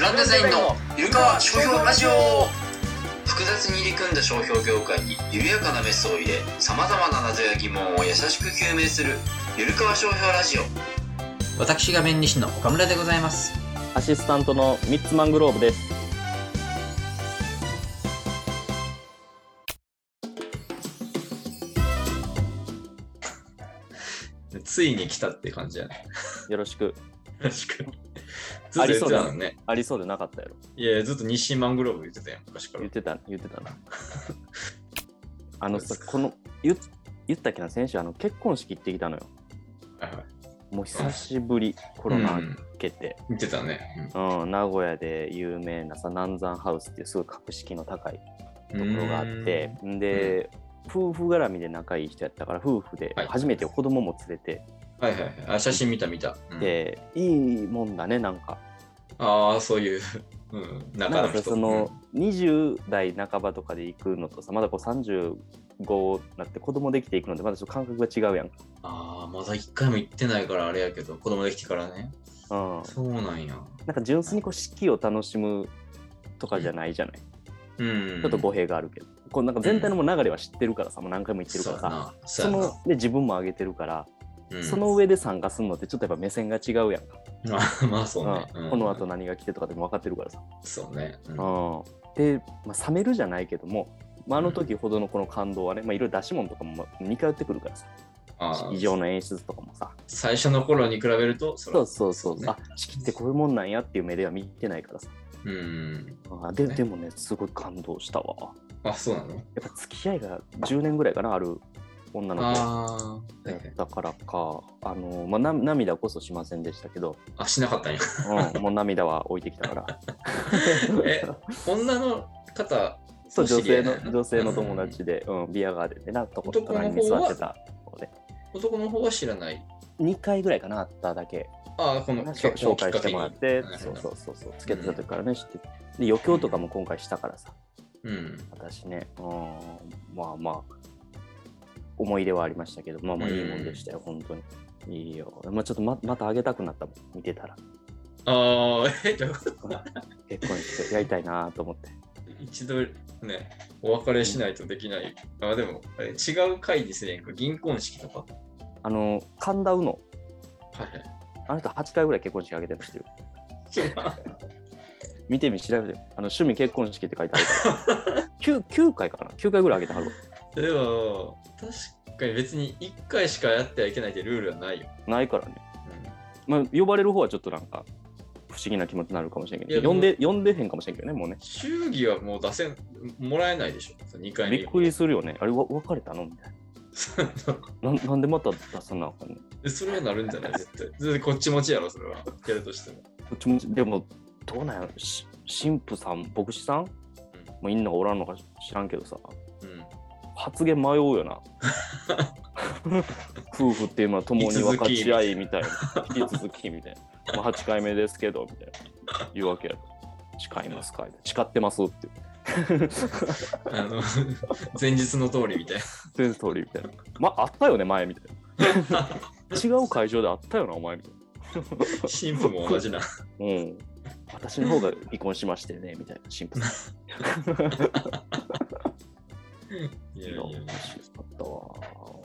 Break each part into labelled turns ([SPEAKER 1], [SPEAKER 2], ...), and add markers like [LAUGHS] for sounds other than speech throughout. [SPEAKER 1] ランデザインのイルカ商標ラジオ複雑に入り組んだ商標業界に緩やかなメスを入れさまざまな謎や疑問を優しく究明するゆるかわ商標ラジオ私が弁理士の岡村でございます
[SPEAKER 2] アシスタントのミッツマングローブです。
[SPEAKER 3] ついに来たって感じやね。
[SPEAKER 2] よろしく。
[SPEAKER 3] 確かに。ずっ
[SPEAKER 2] [LAUGHS] あ
[SPEAKER 3] と
[SPEAKER 2] り
[SPEAKER 3] 言っ
[SPEAKER 2] そ
[SPEAKER 3] て
[SPEAKER 2] う
[SPEAKER 3] た
[SPEAKER 2] だ
[SPEAKER 3] のね。
[SPEAKER 2] ありそうでなかったやろ。
[SPEAKER 3] いやいや、ずっと日清マングローブ言ってたやん、昔から
[SPEAKER 2] 言っ。てた、言って
[SPEAKER 3] [LAUGHS]
[SPEAKER 2] たな。あのさ、この、言言ったっけな、先週、あの、結婚式行ってきたのよ。
[SPEAKER 3] はいはい
[SPEAKER 2] もう久しぶり、コロナ明けて、
[SPEAKER 3] 言ってたね。
[SPEAKER 2] うん、名古屋で有名なさ、南山ハウスっていうすごい格式の高い
[SPEAKER 3] と
[SPEAKER 2] ところがあって、んで、夫婦絡みで仲いい人やったから、夫婦で
[SPEAKER 3] はい
[SPEAKER 2] 初めて子供も連れて、
[SPEAKER 3] はいはいはい。あ、写真見た見た。うん
[SPEAKER 2] で、いいもんだね、なんか。
[SPEAKER 3] ああ、そういう、うん、中
[SPEAKER 2] な
[SPEAKER 3] の
[SPEAKER 2] んか
[SPEAKER 3] 人。
[SPEAKER 2] その20代半ばとかで行くのとさまだこう35になって子供できていくのでまだちょっと感覚が違うやんか、
[SPEAKER 3] ああ、まだ一回も行ってないからあれやけど、子供できてからね。
[SPEAKER 2] うん、
[SPEAKER 3] そうなんや。
[SPEAKER 2] なんか純粋にこう式を楽しむとかじゃないじゃない、
[SPEAKER 3] うん。
[SPEAKER 2] ちょっと語弊があるけどこうなんか全体のもう流れは知ってるからさもう何回も行ってるからさ、
[SPEAKER 3] そう
[SPEAKER 2] そ
[SPEAKER 3] やな。
[SPEAKER 2] ので自分も上げてるから、
[SPEAKER 3] そうやなうん
[SPEAKER 2] その上で参加するのってちょっとやっぱ目線が違うやんか、
[SPEAKER 3] [LAUGHS] まあまあそうね。
[SPEAKER 2] う、
[SPEAKER 3] うんん
[SPEAKER 2] この後何が来てとかでも分かってるからさ、
[SPEAKER 3] そうね。うん
[SPEAKER 2] うん、で、まあ、冷めるじゃないけども、まあ、あの時ほどのこの感動はね、まあ、いろいろ出し物とかもまあ似通ってくるからさ
[SPEAKER 3] あー
[SPEAKER 2] 異常の演出とかもさ
[SPEAKER 3] 最初の頃に比べると、そ
[SPEAKER 2] そ
[SPEAKER 3] ら
[SPEAKER 2] うそうそう、
[SPEAKER 3] ね
[SPEAKER 2] あ式ってこういうもんなんやっていう目では見てないからさ
[SPEAKER 3] うん。
[SPEAKER 2] あで
[SPEAKER 3] ね
[SPEAKER 2] でもねすごい感動したわ
[SPEAKER 3] あ、そうなの
[SPEAKER 2] やっぱ付き合いが10年ぐらいかなある女の子
[SPEAKER 3] ああ、はい
[SPEAKER 2] だ
[SPEAKER 3] は
[SPEAKER 2] っ
[SPEAKER 3] い
[SPEAKER 2] たからかあの、まあ、な涙こそしませんでした
[SPEAKER 3] [LAUGHS]
[SPEAKER 2] けど、
[SPEAKER 3] あ、しなかったん
[SPEAKER 2] [LAUGHS]
[SPEAKER 3] や。
[SPEAKER 2] うん、もう涙は置いてきたから
[SPEAKER 3] [LAUGHS] え女の方、
[SPEAKER 2] [LAUGHS] そう
[SPEAKER 3] お知
[SPEAKER 2] 女
[SPEAKER 3] り合
[SPEAKER 2] 性
[SPEAKER 3] いな
[SPEAKER 2] の女性の友達で、うん、ビアガーデンでなとこ隣に
[SPEAKER 3] 男の
[SPEAKER 2] 座
[SPEAKER 3] 方は
[SPEAKER 2] ってた子で
[SPEAKER 3] 男の方は知らない。
[SPEAKER 2] 2回ぐらいかなあっただけ
[SPEAKER 3] ああ、この
[SPEAKER 2] 紹
[SPEAKER 3] 結婚
[SPEAKER 2] 紹
[SPEAKER 3] をきっ
[SPEAKER 2] 介
[SPEAKER 3] か
[SPEAKER 2] して
[SPEAKER 3] けに
[SPEAKER 2] もらって
[SPEAKER 3] はいはい
[SPEAKER 2] そうそうそうそうつけてた時からね知っててで余興とかも今回したからさ
[SPEAKER 3] うん。
[SPEAKER 2] 私ね、うん、まあまあ、思い出はありましたけど、まあまあいいもんでしたよ、本当に。いいよ。まあちょっとままたあげたくなったもん、見てたら。
[SPEAKER 3] ああ、え、じゃあ
[SPEAKER 2] 結婚してやりたいなと思って。
[SPEAKER 3] 一度ね、お別れしないとできない。あでも、え違う回ですね。銀婚式とか。
[SPEAKER 2] あの、神田うの、
[SPEAKER 3] はいはい。
[SPEAKER 2] あの人8回ぐらい結婚式あげてるんですよ。見てみ、調べてみ。あの趣味結婚式って書いてあるから。9, [LAUGHS] 9回かな ?9 回ぐらいあげてはるわ
[SPEAKER 3] でも、確かに別に1回しかやってはいけないってルールはないよ。
[SPEAKER 2] ないからね。
[SPEAKER 3] う
[SPEAKER 2] まあ呼ばれる方はちょっとなんか、不思議な気持ちになるかもしれんけ
[SPEAKER 3] いや
[SPEAKER 2] ど、呼んで、呼んでへんかもしれんけどね、もうね
[SPEAKER 3] ん、。祝儀はもう出せん、もらえないでしょ。2回目。[LAUGHS]
[SPEAKER 2] びっくりするよね。あれ、わ別れたのみたいな。ななんでまた出さなあかんの
[SPEAKER 3] えそれはなるんじゃない絶対。絶対こっち持ちやろ、それは。やるとしても。
[SPEAKER 2] こっちもでもどうなんやろし神父さん牧師さん、もういんのかおらんのか知らんけどさ
[SPEAKER 3] う
[SPEAKER 2] 発言迷うよな夫婦っていうのは共に分かち合いみたいな引き続きみたいな、まあ、8回目ですけどみたいな言うわけやろ誓いますかいな誓ってますって
[SPEAKER 3] ん。あの、 [LAUGHS] 前日の通りみたい
[SPEAKER 2] 全ストーリーみたいなまああったよね前みたいな違う会場であったよなお前みたいな
[SPEAKER 3] な。新婦も同じな。
[SPEAKER 2] うん私の方が離婚しましてねみたいな神父さん
[SPEAKER 3] いやいや
[SPEAKER 2] いや、
[SPEAKER 3] いや
[SPEAKER 2] 面白かっ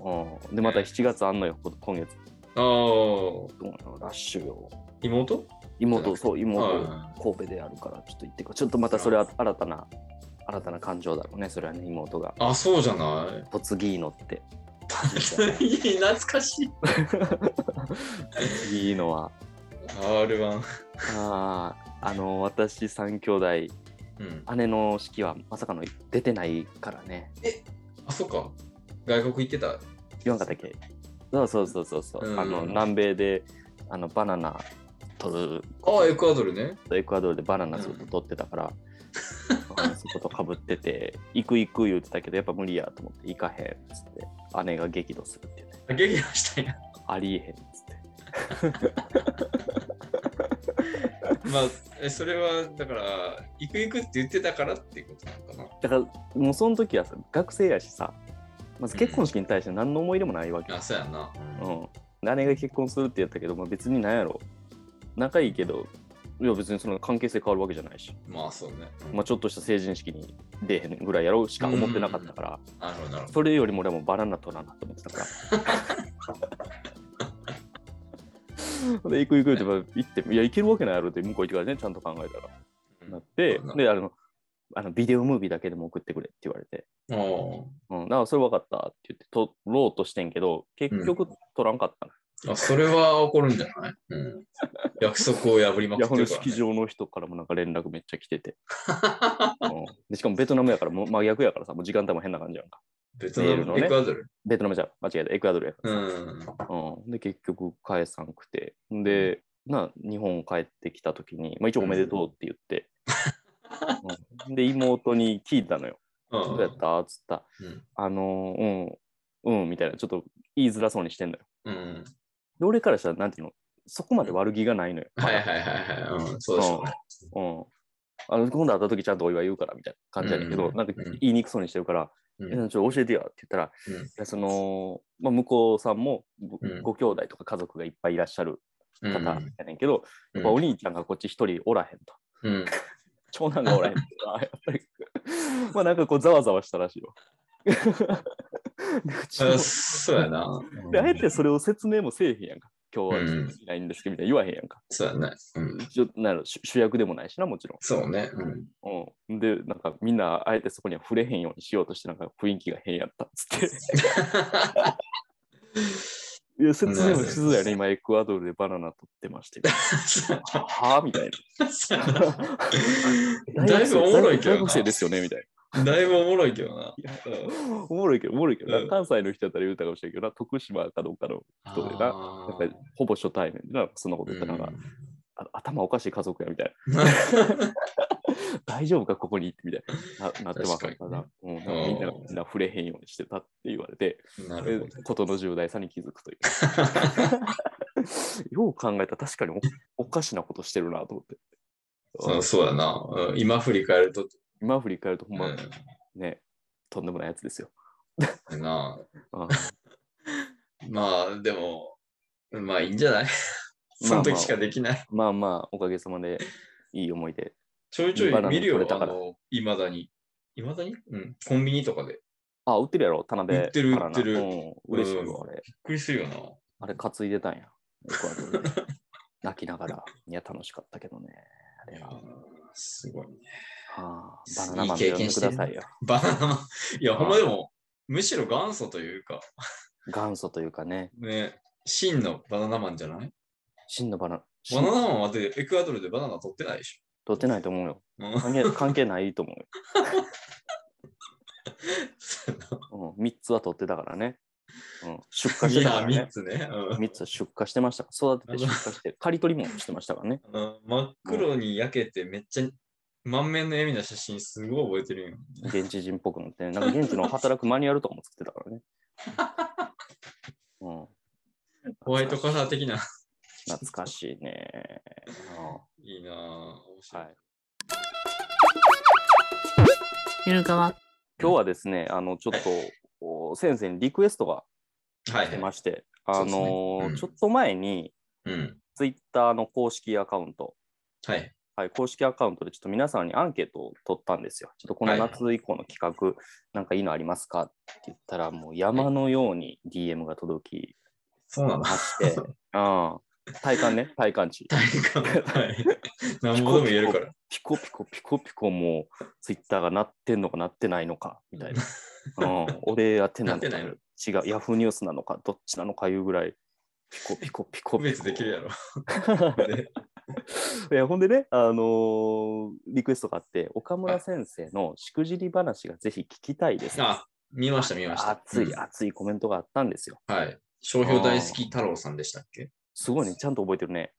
[SPEAKER 2] たわ。うん。で、また7月あんのよ、こ今月。
[SPEAKER 3] ああ、
[SPEAKER 2] うんラッシュよ。
[SPEAKER 3] 妹
[SPEAKER 2] 妹、そう、妹
[SPEAKER 3] は、
[SPEAKER 2] 神戸であるから、ちょっと行ってこいちょっとまたそれは新たな、新たな感情だろうね、それはね、妹が。
[SPEAKER 3] あ、そうじゃ [LAUGHS] ない。
[SPEAKER 2] 嫁ぎのって。
[SPEAKER 3] 懐かしい。
[SPEAKER 2] 嫁ぎのは、
[SPEAKER 3] R1。
[SPEAKER 2] ああ、あの、私3兄弟、
[SPEAKER 3] うん。
[SPEAKER 2] 姉の式はまさかの出てないからね。
[SPEAKER 3] あ、そっか。外国行ってた。
[SPEAKER 2] 言わんかったっけそうそうそうそうそう、
[SPEAKER 3] うん
[SPEAKER 2] あの、南米で、あの、バナナ取る
[SPEAKER 3] ああ、エクアドルね。
[SPEAKER 2] エクアドルでバナナずっと取ってたから、あのそことかぶってて、 [LAUGHS] 行く行く言ってたけど、やっぱ無理やと思って、行かへんっつって、姉が激怒するっていうね、
[SPEAKER 3] あ激怒したんや。
[SPEAKER 2] ありえへんっつって。
[SPEAKER 3] まあ、えそれは、だから、行く行くって言ってたからっていうことなのかな。
[SPEAKER 2] だから、もうその時はさ、学生やしさ、まず結婚式に対して何の思い出もないわけ。
[SPEAKER 3] あ、そうやな。
[SPEAKER 2] うん。で姉が結婚するって言ったけど、まあ、別になんやろ。仲いいけど、いや別にその関係性変わるわけじゃないし、
[SPEAKER 3] まあそうね。
[SPEAKER 2] まあ、ちょっとした成人式に出えへんぐらいやろうしか思ってなかったから、
[SPEAKER 3] なるほど、なるほ
[SPEAKER 2] それよりも俺はもうバナナ取らなと思ってたから [LAUGHS] で行く行くって言えば行っていや行けるわけないやろって向こう行ってからねちゃんと考えたらな
[SPEAKER 3] ど
[SPEAKER 2] って
[SPEAKER 3] うん
[SPEAKER 2] であのあのビデオムービーだけでも送ってくれって言われて、
[SPEAKER 3] うん。お
[SPEAKER 2] うん、だからそれ分かったって言って撮ろうとしてんけど結局撮らんかったな、
[SPEAKER 3] ーあそれは怒るんじゃない、うん、約束を破りま
[SPEAKER 2] い
[SPEAKER 3] くっ
[SPEAKER 2] や
[SPEAKER 3] て
[SPEAKER 2] ほん
[SPEAKER 3] る
[SPEAKER 2] で
[SPEAKER 3] から、
[SPEAKER 2] 式
[SPEAKER 3] ね。
[SPEAKER 2] 場の人からもなんか連絡めっちゃ来てて、うんでしかもベトナムやからもう真逆やからさもう時間帯も変な感じやんか
[SPEAKER 3] ベトナ
[SPEAKER 2] メールの
[SPEAKER 3] ム、
[SPEAKER 2] ね
[SPEAKER 3] エクアドル。
[SPEAKER 2] ベトナムじゃん間違えたエクアドルやから
[SPEAKER 3] う
[SPEAKER 2] さ、
[SPEAKER 3] ん。
[SPEAKER 2] うん、で結局返さんくてで、な日本帰ってきた時に、まあ、一応おめでとうって言って、うんで妹に聞いたのよ
[SPEAKER 3] う
[SPEAKER 2] 「どうやっ
[SPEAKER 3] ん。
[SPEAKER 2] た?」っつったら
[SPEAKER 3] うん
[SPEAKER 2] 「あのーうんうん」みたいなちょっと言いづらそうにしてんのよ
[SPEAKER 3] うん。
[SPEAKER 2] で俺からしたらなんていうのそこまで悪気がないのよ、
[SPEAKER 3] はいはいはいはい。うん、そうでしょうね。
[SPEAKER 2] うん、あの今度会った時ちゃんとお祝い言うからみたいな感じやねんけど、
[SPEAKER 3] うん
[SPEAKER 2] なんか
[SPEAKER 3] うん
[SPEAKER 2] 言いにくそうにしてるから「
[SPEAKER 3] うん
[SPEAKER 2] えちょっと教えてよ」って言ったら「
[SPEAKER 3] うん
[SPEAKER 2] いやその、まあ、向こうさんもご,、
[SPEAKER 3] うん
[SPEAKER 2] ご兄弟とか家族がいっぱいいらっしゃる
[SPEAKER 3] うん
[SPEAKER 2] 方やねんけど、やっぱお兄ちゃんがこっち一人おらへんと。
[SPEAKER 3] うん。
[SPEAKER 2] 長男がおらへんとか、やっぱり、 [LAUGHS] まあなんかこう、ざわざわ [LAUGHS] したらしいよ。でうちも
[SPEAKER 3] あそうやな。
[SPEAKER 2] であえてそれを説明もせえへんやんか。今日は
[SPEAKER 3] うん
[SPEAKER 2] いないんですけど、みたいな言わへんやんか。
[SPEAKER 3] そうやね。うん。
[SPEAKER 2] 一応なる主主役でもないしな、もちろ
[SPEAKER 3] そうね。うん。 [LAUGHS]
[SPEAKER 2] ん。うん、で、なんかみんなあえてそこには触れへんようにしようとして、なんか雰囲気が変やったっつって。いや、説明もしづらいね。今、エクアドルでバナナ取ってましたけど。はぁみたい
[SPEAKER 3] そうやな
[SPEAKER 2] な。
[SPEAKER 3] だいぶおもろいけ
[SPEAKER 2] 大
[SPEAKER 3] ど
[SPEAKER 2] 学生ですよね、みたいな。
[SPEAKER 3] な。だいぶおもろいけどな。
[SPEAKER 2] おもろいけど、おもろいけどな、
[SPEAKER 3] うん
[SPEAKER 2] 関西の人だったら言うたかもしれんけどな、徳島かどうかの、人でな
[SPEAKER 3] あ
[SPEAKER 2] やっぱりほぼ初対面でな、そんなこと言ったらなんか、あ頭おかしい家族やみたい
[SPEAKER 3] ー [LAUGHS]
[SPEAKER 2] な、大丈夫か、ここに行ってみたいな、ななってます
[SPEAKER 3] 確かに
[SPEAKER 2] から、うん、なんか
[SPEAKER 3] うん
[SPEAKER 2] みんなみんな触れへんようにしてたって言われて、
[SPEAKER 3] うんなるほど。
[SPEAKER 2] えことの重大さに気づくとい
[SPEAKER 3] [LAUGHS]
[SPEAKER 2] う。よう考えたら確かにおおかしなことしてるなと思って。う
[SPEAKER 3] そ
[SPEAKER 2] ん
[SPEAKER 3] うそうやな。うん今振り返ると、
[SPEAKER 2] 今振り返るとほんま
[SPEAKER 3] う
[SPEAKER 2] ね、とんでもないやつですよ。
[SPEAKER 3] んな
[SPEAKER 2] うん
[SPEAKER 3] まあ、でも、まあいいんじゃないその時しかできない。
[SPEAKER 2] まあまあ、おかげさまでいい思い出。
[SPEAKER 3] ちょいちょい見る
[SPEAKER 2] バ
[SPEAKER 3] よ
[SPEAKER 2] ナナ取れ、た
[SPEAKER 3] あ
[SPEAKER 2] から
[SPEAKER 3] の、いまだに。いまだにうん。コンビニとかで。びっ
[SPEAKER 2] あ、売ってるやろ、田辺。
[SPEAKER 3] 売ってる
[SPEAKER 2] バナナ
[SPEAKER 3] 売ってる
[SPEAKER 2] うん、嬉しいよ、あれ。
[SPEAKER 3] くりするよな。
[SPEAKER 2] あれ担いでたんや。エクアドルで
[SPEAKER 3] [LAUGHS]
[SPEAKER 2] 泣きながら。いや、楽しかったけどね。あれは。は
[SPEAKER 3] すごいね。
[SPEAKER 2] あ、
[SPEAKER 3] いい
[SPEAKER 2] バナナマンで呼んでくださいよ。
[SPEAKER 3] バナナマン。いや、ほんまでも、むしろ元祖というか、
[SPEAKER 2] 元祖というかね、
[SPEAKER 3] ね、真のバナナマンじゃない
[SPEAKER 2] 真のバナナ。
[SPEAKER 3] バナナ
[SPEAKER 2] 真
[SPEAKER 3] マンはだってエクアドルでバナナ取ってないでし
[SPEAKER 2] 取ってないと思うよ。
[SPEAKER 3] ょ。うん [LAUGHS]
[SPEAKER 2] 関係関係ないと思
[SPEAKER 3] そうや
[SPEAKER 2] うよ。うん、3つは取ってたからね。うん、出荷
[SPEAKER 3] な
[SPEAKER 2] して
[SPEAKER 3] い
[SPEAKER 2] たから
[SPEAKER 3] や、3
[SPEAKER 2] ね。
[SPEAKER 3] つね。うん
[SPEAKER 2] 3つは出荷してましたから。育てて出荷して、刈り取りもしてましたからね。
[SPEAKER 3] あの真っ黒に焼けてめっちゃ満面の笑みの写真すごい覚えてるよ。
[SPEAKER 2] 現地人っぽくなって、ね、なんか現地の働くマニュアルとかも作ってたか
[SPEAKER 3] [LAUGHS]
[SPEAKER 2] らね。うん、
[SPEAKER 3] ホワイトカラー的な。
[SPEAKER 2] 懐かしいね。うん
[SPEAKER 3] いいなぁ。面白い
[SPEAKER 2] はい。
[SPEAKER 4] ゆるかわ。
[SPEAKER 2] 今日はですね、あのちょっとお先生にリクエストが
[SPEAKER 3] はい
[SPEAKER 2] 来
[SPEAKER 3] はい。
[SPEAKER 2] まして、
[SPEAKER 3] はいそ
[SPEAKER 2] あのー
[SPEAKER 3] うですねうん
[SPEAKER 2] ちょっと前に
[SPEAKER 3] うん。
[SPEAKER 2] ツイッターの公式アカウント、
[SPEAKER 3] はい。
[SPEAKER 2] はい、公式アカウントでちょっと皆さんにアンケートを取ったんですよ。ちょっとこの
[SPEAKER 3] はい
[SPEAKER 2] 夏以降の企画、なんかいいのありますかって言ったら、もう山のように DM が届き
[SPEAKER 3] そうなん
[SPEAKER 2] ま
[SPEAKER 3] だ。 [LAUGHS]
[SPEAKER 2] して、うん、体感ね、体感値。
[SPEAKER 3] 体感。
[SPEAKER 2] [LAUGHS]
[SPEAKER 3] はい。何もでも言えるから。
[SPEAKER 2] ピコピコピコピコもうツイッターが鳴ってんのか鳴ってないのかみた
[SPEAKER 3] [LAUGHS]
[SPEAKER 2] いな。うん、俺宛てなのか
[SPEAKER 3] 鳴ってない
[SPEAKER 2] 違う、ヤフーニュースなのかどっちなのかいうぐらいピコピコピコ
[SPEAKER 3] 区
[SPEAKER 2] ピ
[SPEAKER 3] 別
[SPEAKER 2] コ。
[SPEAKER 3] できるやろ。で
[SPEAKER 2] [LAUGHS] いやほんでね、あのーリクエストがあって、岡村先生のしくじり話がぜひ聞きたいです。
[SPEAKER 3] あ、見ました見ました。
[SPEAKER 2] 熱
[SPEAKER 3] う
[SPEAKER 2] い
[SPEAKER 3] ん
[SPEAKER 2] 熱いコメントがあったんですよ。
[SPEAKER 3] はい。商標大好き太郎さんでしたっけ
[SPEAKER 2] すごいね、ちゃんと覚えてるね。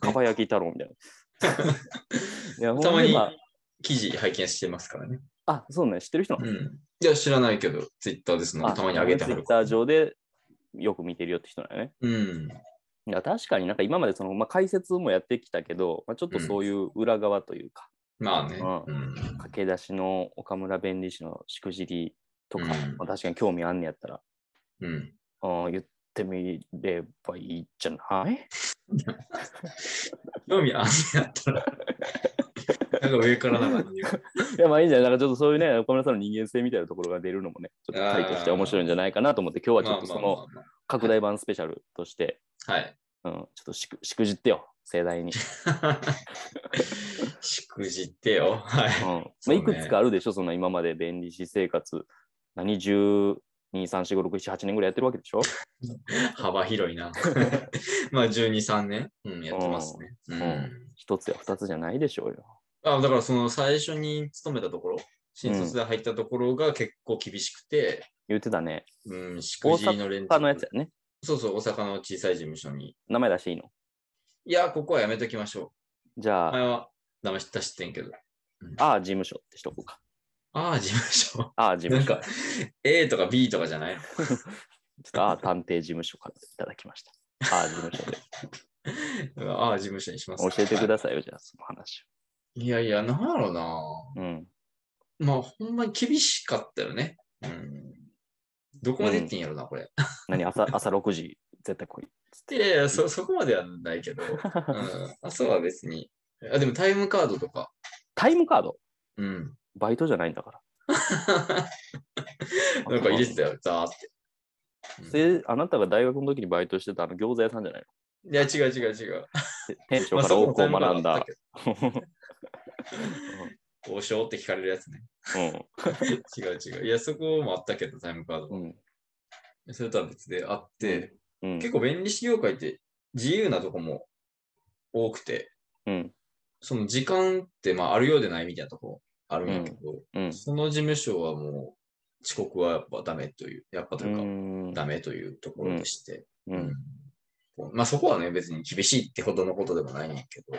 [SPEAKER 2] かば焼き太郎みたい
[SPEAKER 3] [LAUGHS]
[SPEAKER 2] な。いや
[SPEAKER 3] たまに
[SPEAKER 2] ほんで
[SPEAKER 3] 記事拝見してますからね。
[SPEAKER 2] ああ、そうね、知ってる人なの
[SPEAKER 3] うん。いや、知らないけど、ツイッターですので、たまに上げては
[SPEAKER 2] ツイッ
[SPEAKER 3] る。
[SPEAKER 2] ター上でよく見てるよって人だよね。
[SPEAKER 3] うん。
[SPEAKER 2] いや確かになんか今までその、まあ、解説もやってきたけど、まあ、ちょっとそういう裏側というか、
[SPEAKER 3] まあね。
[SPEAKER 2] う
[SPEAKER 3] うん。
[SPEAKER 2] 駆け出しの岡村弁理士のしくじりとか、
[SPEAKER 3] うん
[SPEAKER 2] まあ、確かに興味あんねやったら、
[SPEAKER 3] うん。
[SPEAKER 2] うん言っってみればいいじゃない [LAUGHS]
[SPEAKER 3] 興味あんねやったら。 [LAUGHS] なんか上からなんか言う。
[SPEAKER 2] いや、まあいいんじゃないなんかちょっとそういうね、岡村さんの人間性みたいなところが出るのもね、ちょっと回として面白いんじゃないかなと思って、今日はちょっとその
[SPEAKER 3] まあまあまあ
[SPEAKER 2] 拡大版スペシャルとして、
[SPEAKER 3] まあはい。
[SPEAKER 2] うん、ちょっとしくしくじってよ、盛大に。
[SPEAKER 3] [LAUGHS] しくじってよ。はい。
[SPEAKER 2] うん
[SPEAKER 3] そ
[SPEAKER 2] まあ、
[SPEAKER 3] うね
[SPEAKER 2] いくつかあるでしょ、その今まで便利し生活、何10、2、3、4、5、6、7、8年ぐらいやってるわけでしょ、
[SPEAKER 3] 幅広いな。 [LAUGHS] まあ12、3年、うん、やってますね。うん
[SPEAKER 2] ん一つや二つじゃないでしょうよ。
[SPEAKER 3] あだからその最初に勤めたところ、新卒で入ったところが結構厳しくて、
[SPEAKER 2] 言ってたね。
[SPEAKER 3] うん、し
[SPEAKER 2] 大
[SPEAKER 3] くじりの連続。
[SPEAKER 2] 阪のやつやね。
[SPEAKER 3] そうそう、大阪の小さい事務所に。
[SPEAKER 2] 名前出していいの
[SPEAKER 3] いや、ここはやめときましょ
[SPEAKER 2] じ
[SPEAKER 3] う。
[SPEAKER 2] ゃあ、
[SPEAKER 3] 前はダメした知ってんけど。
[SPEAKER 2] ああ事務所ってしとこうか。
[SPEAKER 3] ああ、事務所。
[SPEAKER 2] ああ事
[SPEAKER 3] なん
[SPEAKER 2] 務所。
[SPEAKER 3] か A とか B とかじゃないの
[SPEAKER 2] ちょっとああ探偵事務所からいただきました。ああ事務
[SPEAKER 3] [LAUGHS]
[SPEAKER 2] 所で。
[SPEAKER 3] ああ、事務所にします。
[SPEAKER 2] 教えてく
[SPEAKER 3] は
[SPEAKER 2] ださいよ、じゃあ、その話
[SPEAKER 3] い。いやいや、なんやろうな。
[SPEAKER 2] を。うん。
[SPEAKER 3] まあ、ほんまに厳しかったよね。うん。どこまで言っていいんやろな、これ。
[SPEAKER 2] 何、朝朝6時、絶対来い。
[SPEAKER 3] いやいや、そ、 [LAUGHS] そこまではないけど。うん。あ、そうは別に。あ、でもタイムカードとか。
[SPEAKER 2] タイムカード
[SPEAKER 3] うん。
[SPEAKER 2] バイトじゃないんだか
[SPEAKER 3] なん
[SPEAKER 2] ら。
[SPEAKER 3] か入れてたよ、ザーって。
[SPEAKER 2] それあなたが大学の時にバイトしてたあの餃子屋さんじゃないの
[SPEAKER 3] いや、違う違う違う。
[SPEAKER 2] て店長
[SPEAKER 3] まあ
[SPEAKER 2] から
[SPEAKER 3] そこ
[SPEAKER 2] 多
[SPEAKER 3] も
[SPEAKER 2] く
[SPEAKER 3] タイ
[SPEAKER 2] を
[SPEAKER 3] ムカード
[SPEAKER 2] 学ん
[SPEAKER 3] あった
[SPEAKER 2] だ
[SPEAKER 3] け。ど。王将って聞かれるやつね。
[SPEAKER 2] う
[SPEAKER 3] 違う違う。いや、そこもあったけど、タイムカード。
[SPEAKER 2] ん。うん
[SPEAKER 3] それとは別であって、
[SPEAKER 2] うん。
[SPEAKER 3] 結構便利士業界って自由なとこも多くて、
[SPEAKER 2] うん。
[SPEAKER 3] その時間ってまああるようでないみたいなとこあるんやけど、
[SPEAKER 2] うん。
[SPEAKER 3] その事務所はもう遅刻はやっぱダメという、やっぱというか、
[SPEAKER 2] うん
[SPEAKER 3] ダメというところでして、
[SPEAKER 2] う
[SPEAKER 3] うん
[SPEAKER 2] ん。
[SPEAKER 3] まあそこはね、別に厳しいってほどのことでもないんやけど、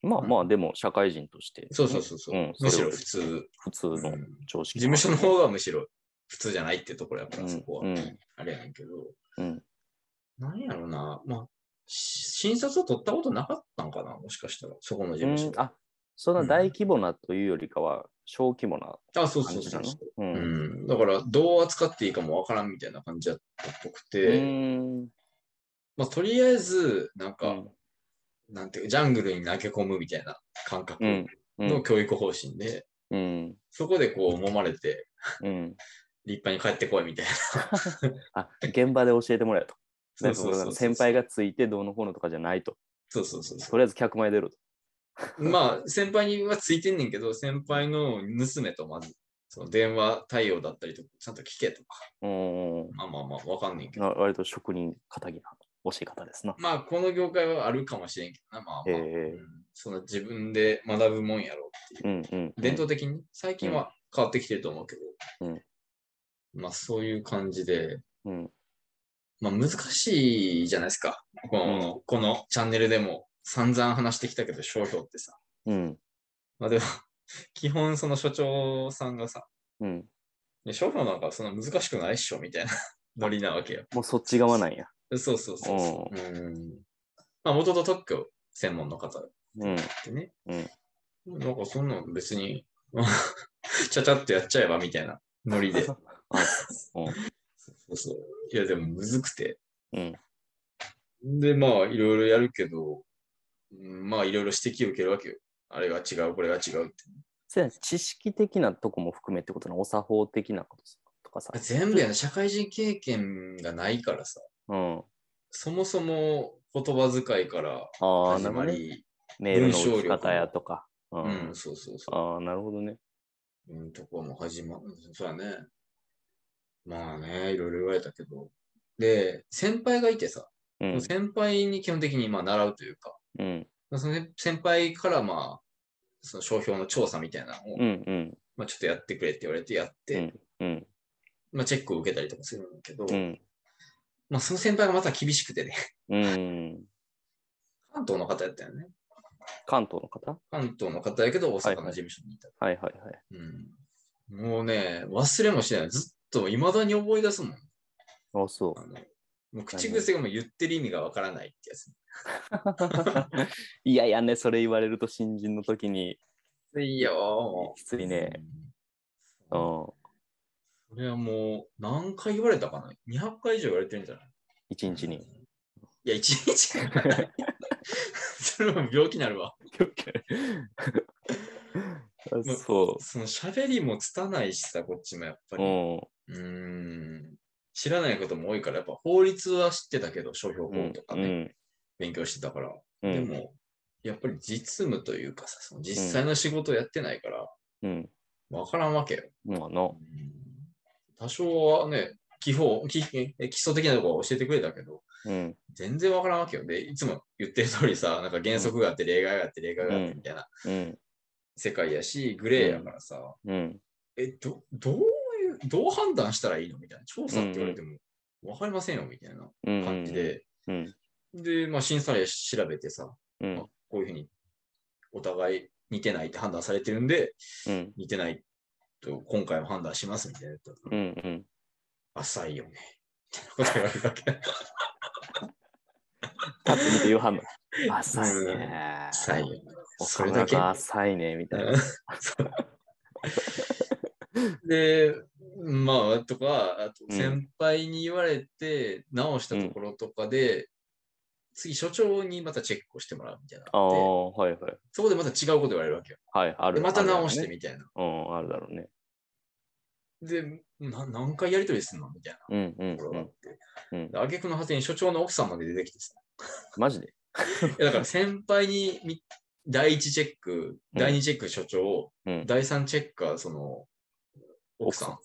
[SPEAKER 2] まあまあ、でも社会人として。
[SPEAKER 3] そうそうそうそう、
[SPEAKER 2] うん
[SPEAKER 3] むし
[SPEAKER 2] それ
[SPEAKER 3] ろ
[SPEAKER 2] は
[SPEAKER 3] 普通、
[SPEAKER 2] 普通
[SPEAKER 3] う
[SPEAKER 2] の
[SPEAKER 3] ん
[SPEAKER 2] 常識。
[SPEAKER 3] 事務所の方がむしろ普通じゃないってところやか
[SPEAKER 2] う
[SPEAKER 3] ら、
[SPEAKER 2] ん
[SPEAKER 3] そこは、
[SPEAKER 2] うん
[SPEAKER 3] あれやねんけど、
[SPEAKER 2] うん。
[SPEAKER 3] なんやろな、まあ、し診察を取ったことなかったんかな、もしかしたら、そこの事
[SPEAKER 2] う
[SPEAKER 3] 務所
[SPEAKER 2] ん。あそんな大規模なというよりかは、小規模な
[SPEAKER 3] あ、そうそ
[SPEAKER 2] 感
[SPEAKER 3] う
[SPEAKER 2] じ
[SPEAKER 3] そ
[SPEAKER 2] な
[SPEAKER 3] う
[SPEAKER 2] の
[SPEAKER 3] そう。う
[SPEAKER 2] う。
[SPEAKER 3] んん、だから、どう扱っていいかもわからんみたいな感じだったっぽく
[SPEAKER 2] う
[SPEAKER 3] て、
[SPEAKER 2] ん。
[SPEAKER 3] まあ、とりあえず、なん
[SPEAKER 2] う
[SPEAKER 3] か、
[SPEAKER 2] ん
[SPEAKER 3] なんていうか、ジャングルに投げ込むみたいな感覚
[SPEAKER 2] うん。う
[SPEAKER 3] の
[SPEAKER 2] ん
[SPEAKER 3] 教育方針で、
[SPEAKER 2] うん。
[SPEAKER 3] そこでこう、揉まれて、
[SPEAKER 2] うん。
[SPEAKER 3] 立派に帰ってこいみたいな。
[SPEAKER 2] あ、現場で教えてもらえと。
[SPEAKER 3] [LAUGHS]
[SPEAKER 2] [LAUGHS]
[SPEAKER 3] そうそうそうそう。
[SPEAKER 2] 先輩がついてどうのこうのとかじゃないと。
[SPEAKER 3] そうそうそうそ
[SPEAKER 2] とりあえず客前出ろと。
[SPEAKER 3] う。まあ、先輩にはついてんねんけど、先輩の娘とまず、その電話対応だったりとか、ちゃんと聞けとか、
[SPEAKER 2] うん。
[SPEAKER 3] まあまあまあ、わかんねんけど。
[SPEAKER 2] な割と職人肩気な惜しい方ですな。
[SPEAKER 3] まあ、この業界はあるかもしれんけどな、まあまあ。
[SPEAKER 2] え
[SPEAKER 3] うんその自分で学ぶもんやろっていう
[SPEAKER 2] えうんうん。
[SPEAKER 3] 伝統的に最近は変わってきてると思うけど、
[SPEAKER 2] うん
[SPEAKER 3] まあそういう感じで、
[SPEAKER 2] うん。
[SPEAKER 3] まあ難しいじゃないですか。この,、このチャンネルでも散々話してきたけど、商標ってさ。
[SPEAKER 2] うん。
[SPEAKER 3] まあでも、 [LAUGHS] 基本その所長さんがさ、
[SPEAKER 2] うん。
[SPEAKER 3] ね商標なんかそんな難しくないっしょみたいな [LAUGHS] ノリなわけよ。
[SPEAKER 2] もうそっち側なんや。
[SPEAKER 3] そうそうそうそう。うん。まあ元々特許専門の方
[SPEAKER 2] うん。
[SPEAKER 3] ってね。
[SPEAKER 2] うん
[SPEAKER 3] なんかそんなん別に、 [LAUGHS] ちゃちゃっとやっちゃえばみたいなノリで。 [LAUGHS] そうそうそう。いやでもむずくて。
[SPEAKER 2] うん。
[SPEAKER 3] で、まあいろいろやるけど、うんまあいろいろ指摘を受けるわけよ。あれが違う、これが違うって。
[SPEAKER 2] せや知識的なとこも含めってことな、お作法的なこととかさ。
[SPEAKER 3] 全部やな、社会人経験がないからさ、
[SPEAKER 2] うん。あ
[SPEAKER 3] そもそも言葉遣いから
[SPEAKER 2] あ、
[SPEAKER 3] 始
[SPEAKER 2] なるほ
[SPEAKER 3] ま
[SPEAKER 2] どね。
[SPEAKER 3] り、
[SPEAKER 2] メール
[SPEAKER 3] 文
[SPEAKER 2] の
[SPEAKER 3] 章
[SPEAKER 2] 打ち
[SPEAKER 3] 力も
[SPEAKER 2] 方やとか。う
[SPEAKER 3] うんん、。そうそうそう。
[SPEAKER 2] ああ、なるほどね。
[SPEAKER 3] うん、とこも始まる。そうだね。まあね、いろいろ言われたけど。で、先輩がいてさ、
[SPEAKER 2] うん。
[SPEAKER 3] 先輩に基本的にまあ習うというか、
[SPEAKER 2] うん。
[SPEAKER 3] その先輩からまあ、その商標の調査みたいなのを、
[SPEAKER 2] うん。うん。
[SPEAKER 3] まあちょっとやってくれって言われてやって、
[SPEAKER 2] うん。
[SPEAKER 3] まあチェックを受けたりとかするんだけど、
[SPEAKER 2] うん。
[SPEAKER 3] まあその先輩がまた厳しくてね、 [LAUGHS]
[SPEAKER 2] うん。
[SPEAKER 3] 関東の方やったよね。
[SPEAKER 2] 関東の方
[SPEAKER 3] 関東の方やけど、大阪の事務所にいた。
[SPEAKER 2] はいはいはい。
[SPEAKER 3] うん、もうね、忘れもしない。ずっと未だに思い出すもん。
[SPEAKER 2] あそ
[SPEAKER 3] あのもう口癖がもう言ってる意味がわからないってやつ。
[SPEAKER 2] う。いやいやね、それ言われると新人の時に
[SPEAKER 3] きついよ。
[SPEAKER 2] きついね。
[SPEAKER 3] う
[SPEAKER 2] う
[SPEAKER 3] ん
[SPEAKER 2] ん。
[SPEAKER 3] それはもう何回言われたかな ?200 回以上言われてるんじゃない
[SPEAKER 2] 一日に。
[SPEAKER 3] いや、一日かかる [LAUGHS] それも病気になるわ。
[SPEAKER 2] あそ
[SPEAKER 3] その喋りも拙いしさ、こっちもやっぱ
[SPEAKER 2] う。う
[SPEAKER 3] り。
[SPEAKER 2] ん。
[SPEAKER 3] うーん。知らないことも多いから、やっぱ法律は知ってたけど、商標
[SPEAKER 2] う
[SPEAKER 3] 法
[SPEAKER 2] ん
[SPEAKER 3] と。か
[SPEAKER 2] う
[SPEAKER 3] ね、
[SPEAKER 2] ん。
[SPEAKER 3] 勉強してたから。
[SPEAKER 2] う
[SPEAKER 3] で
[SPEAKER 2] ん。
[SPEAKER 3] も、やっぱり実務というかさ、その実際の仕事をやってないから、
[SPEAKER 2] うん。
[SPEAKER 3] わからんわけよ。
[SPEAKER 2] まあの。
[SPEAKER 3] 多少はね、基本基、え基礎的なところは教えてくれたけど、
[SPEAKER 2] うん。
[SPEAKER 3] 全然わからんわけよ。で、いつも言ってる通りさ、なんか原則があって、例外があって、例外があってみたいな
[SPEAKER 2] うん。
[SPEAKER 3] 世界やし、グレーやからさ、
[SPEAKER 2] うん。
[SPEAKER 3] え、ど、どういう、どう判断したらいいのみたいな。調査って言われても、わかりませんよ、みたいな
[SPEAKER 2] うん。
[SPEAKER 3] 感じで。
[SPEAKER 2] うん。
[SPEAKER 3] で、まあ、審査例調べてさ、
[SPEAKER 2] うん。
[SPEAKER 3] あこういうふうに、お互い似てないって判断されてるんで、
[SPEAKER 2] うん。
[SPEAKER 3] 似てないと、今回は判断します、みたいな。
[SPEAKER 2] うん。うん。
[SPEAKER 3] 浅いよね。みたいなこと言われるだけ。
[SPEAKER 2] パッと見て
[SPEAKER 3] [LAUGHS]
[SPEAKER 2] 夕飯だ。浅いね。
[SPEAKER 3] 浅いよね。
[SPEAKER 2] 岡
[SPEAKER 3] それだ
[SPEAKER 2] 村
[SPEAKER 3] け。
[SPEAKER 2] が浅いね、みたいな。
[SPEAKER 3] [LAUGHS] で、まあ、とか、あと
[SPEAKER 2] うん
[SPEAKER 3] 先輩に言われて直したところとかで、次、所長にまたチェックをしてもらうみたいなの
[SPEAKER 2] あ
[SPEAKER 3] があって。
[SPEAKER 2] あ、はいはい。
[SPEAKER 3] そこでまた違うこと言われるわけよ。
[SPEAKER 2] はい、あ
[SPEAKER 3] で
[SPEAKER 2] る。
[SPEAKER 3] また直して
[SPEAKER 2] み
[SPEAKER 3] みたいな。
[SPEAKER 2] うん、あるだろうね。
[SPEAKER 3] で、な何回やりとりするのみたいな
[SPEAKER 2] うん、うん
[SPEAKER 3] ところがあって。
[SPEAKER 2] うん、うん
[SPEAKER 3] で。挙句の果てに所長の奥さんまで出てきてさ。
[SPEAKER 2] マジで
[SPEAKER 3] いやだから先輩にみ第一チェック、第二チェック所長、
[SPEAKER 2] うん。
[SPEAKER 3] 第三チェックはその奥さん。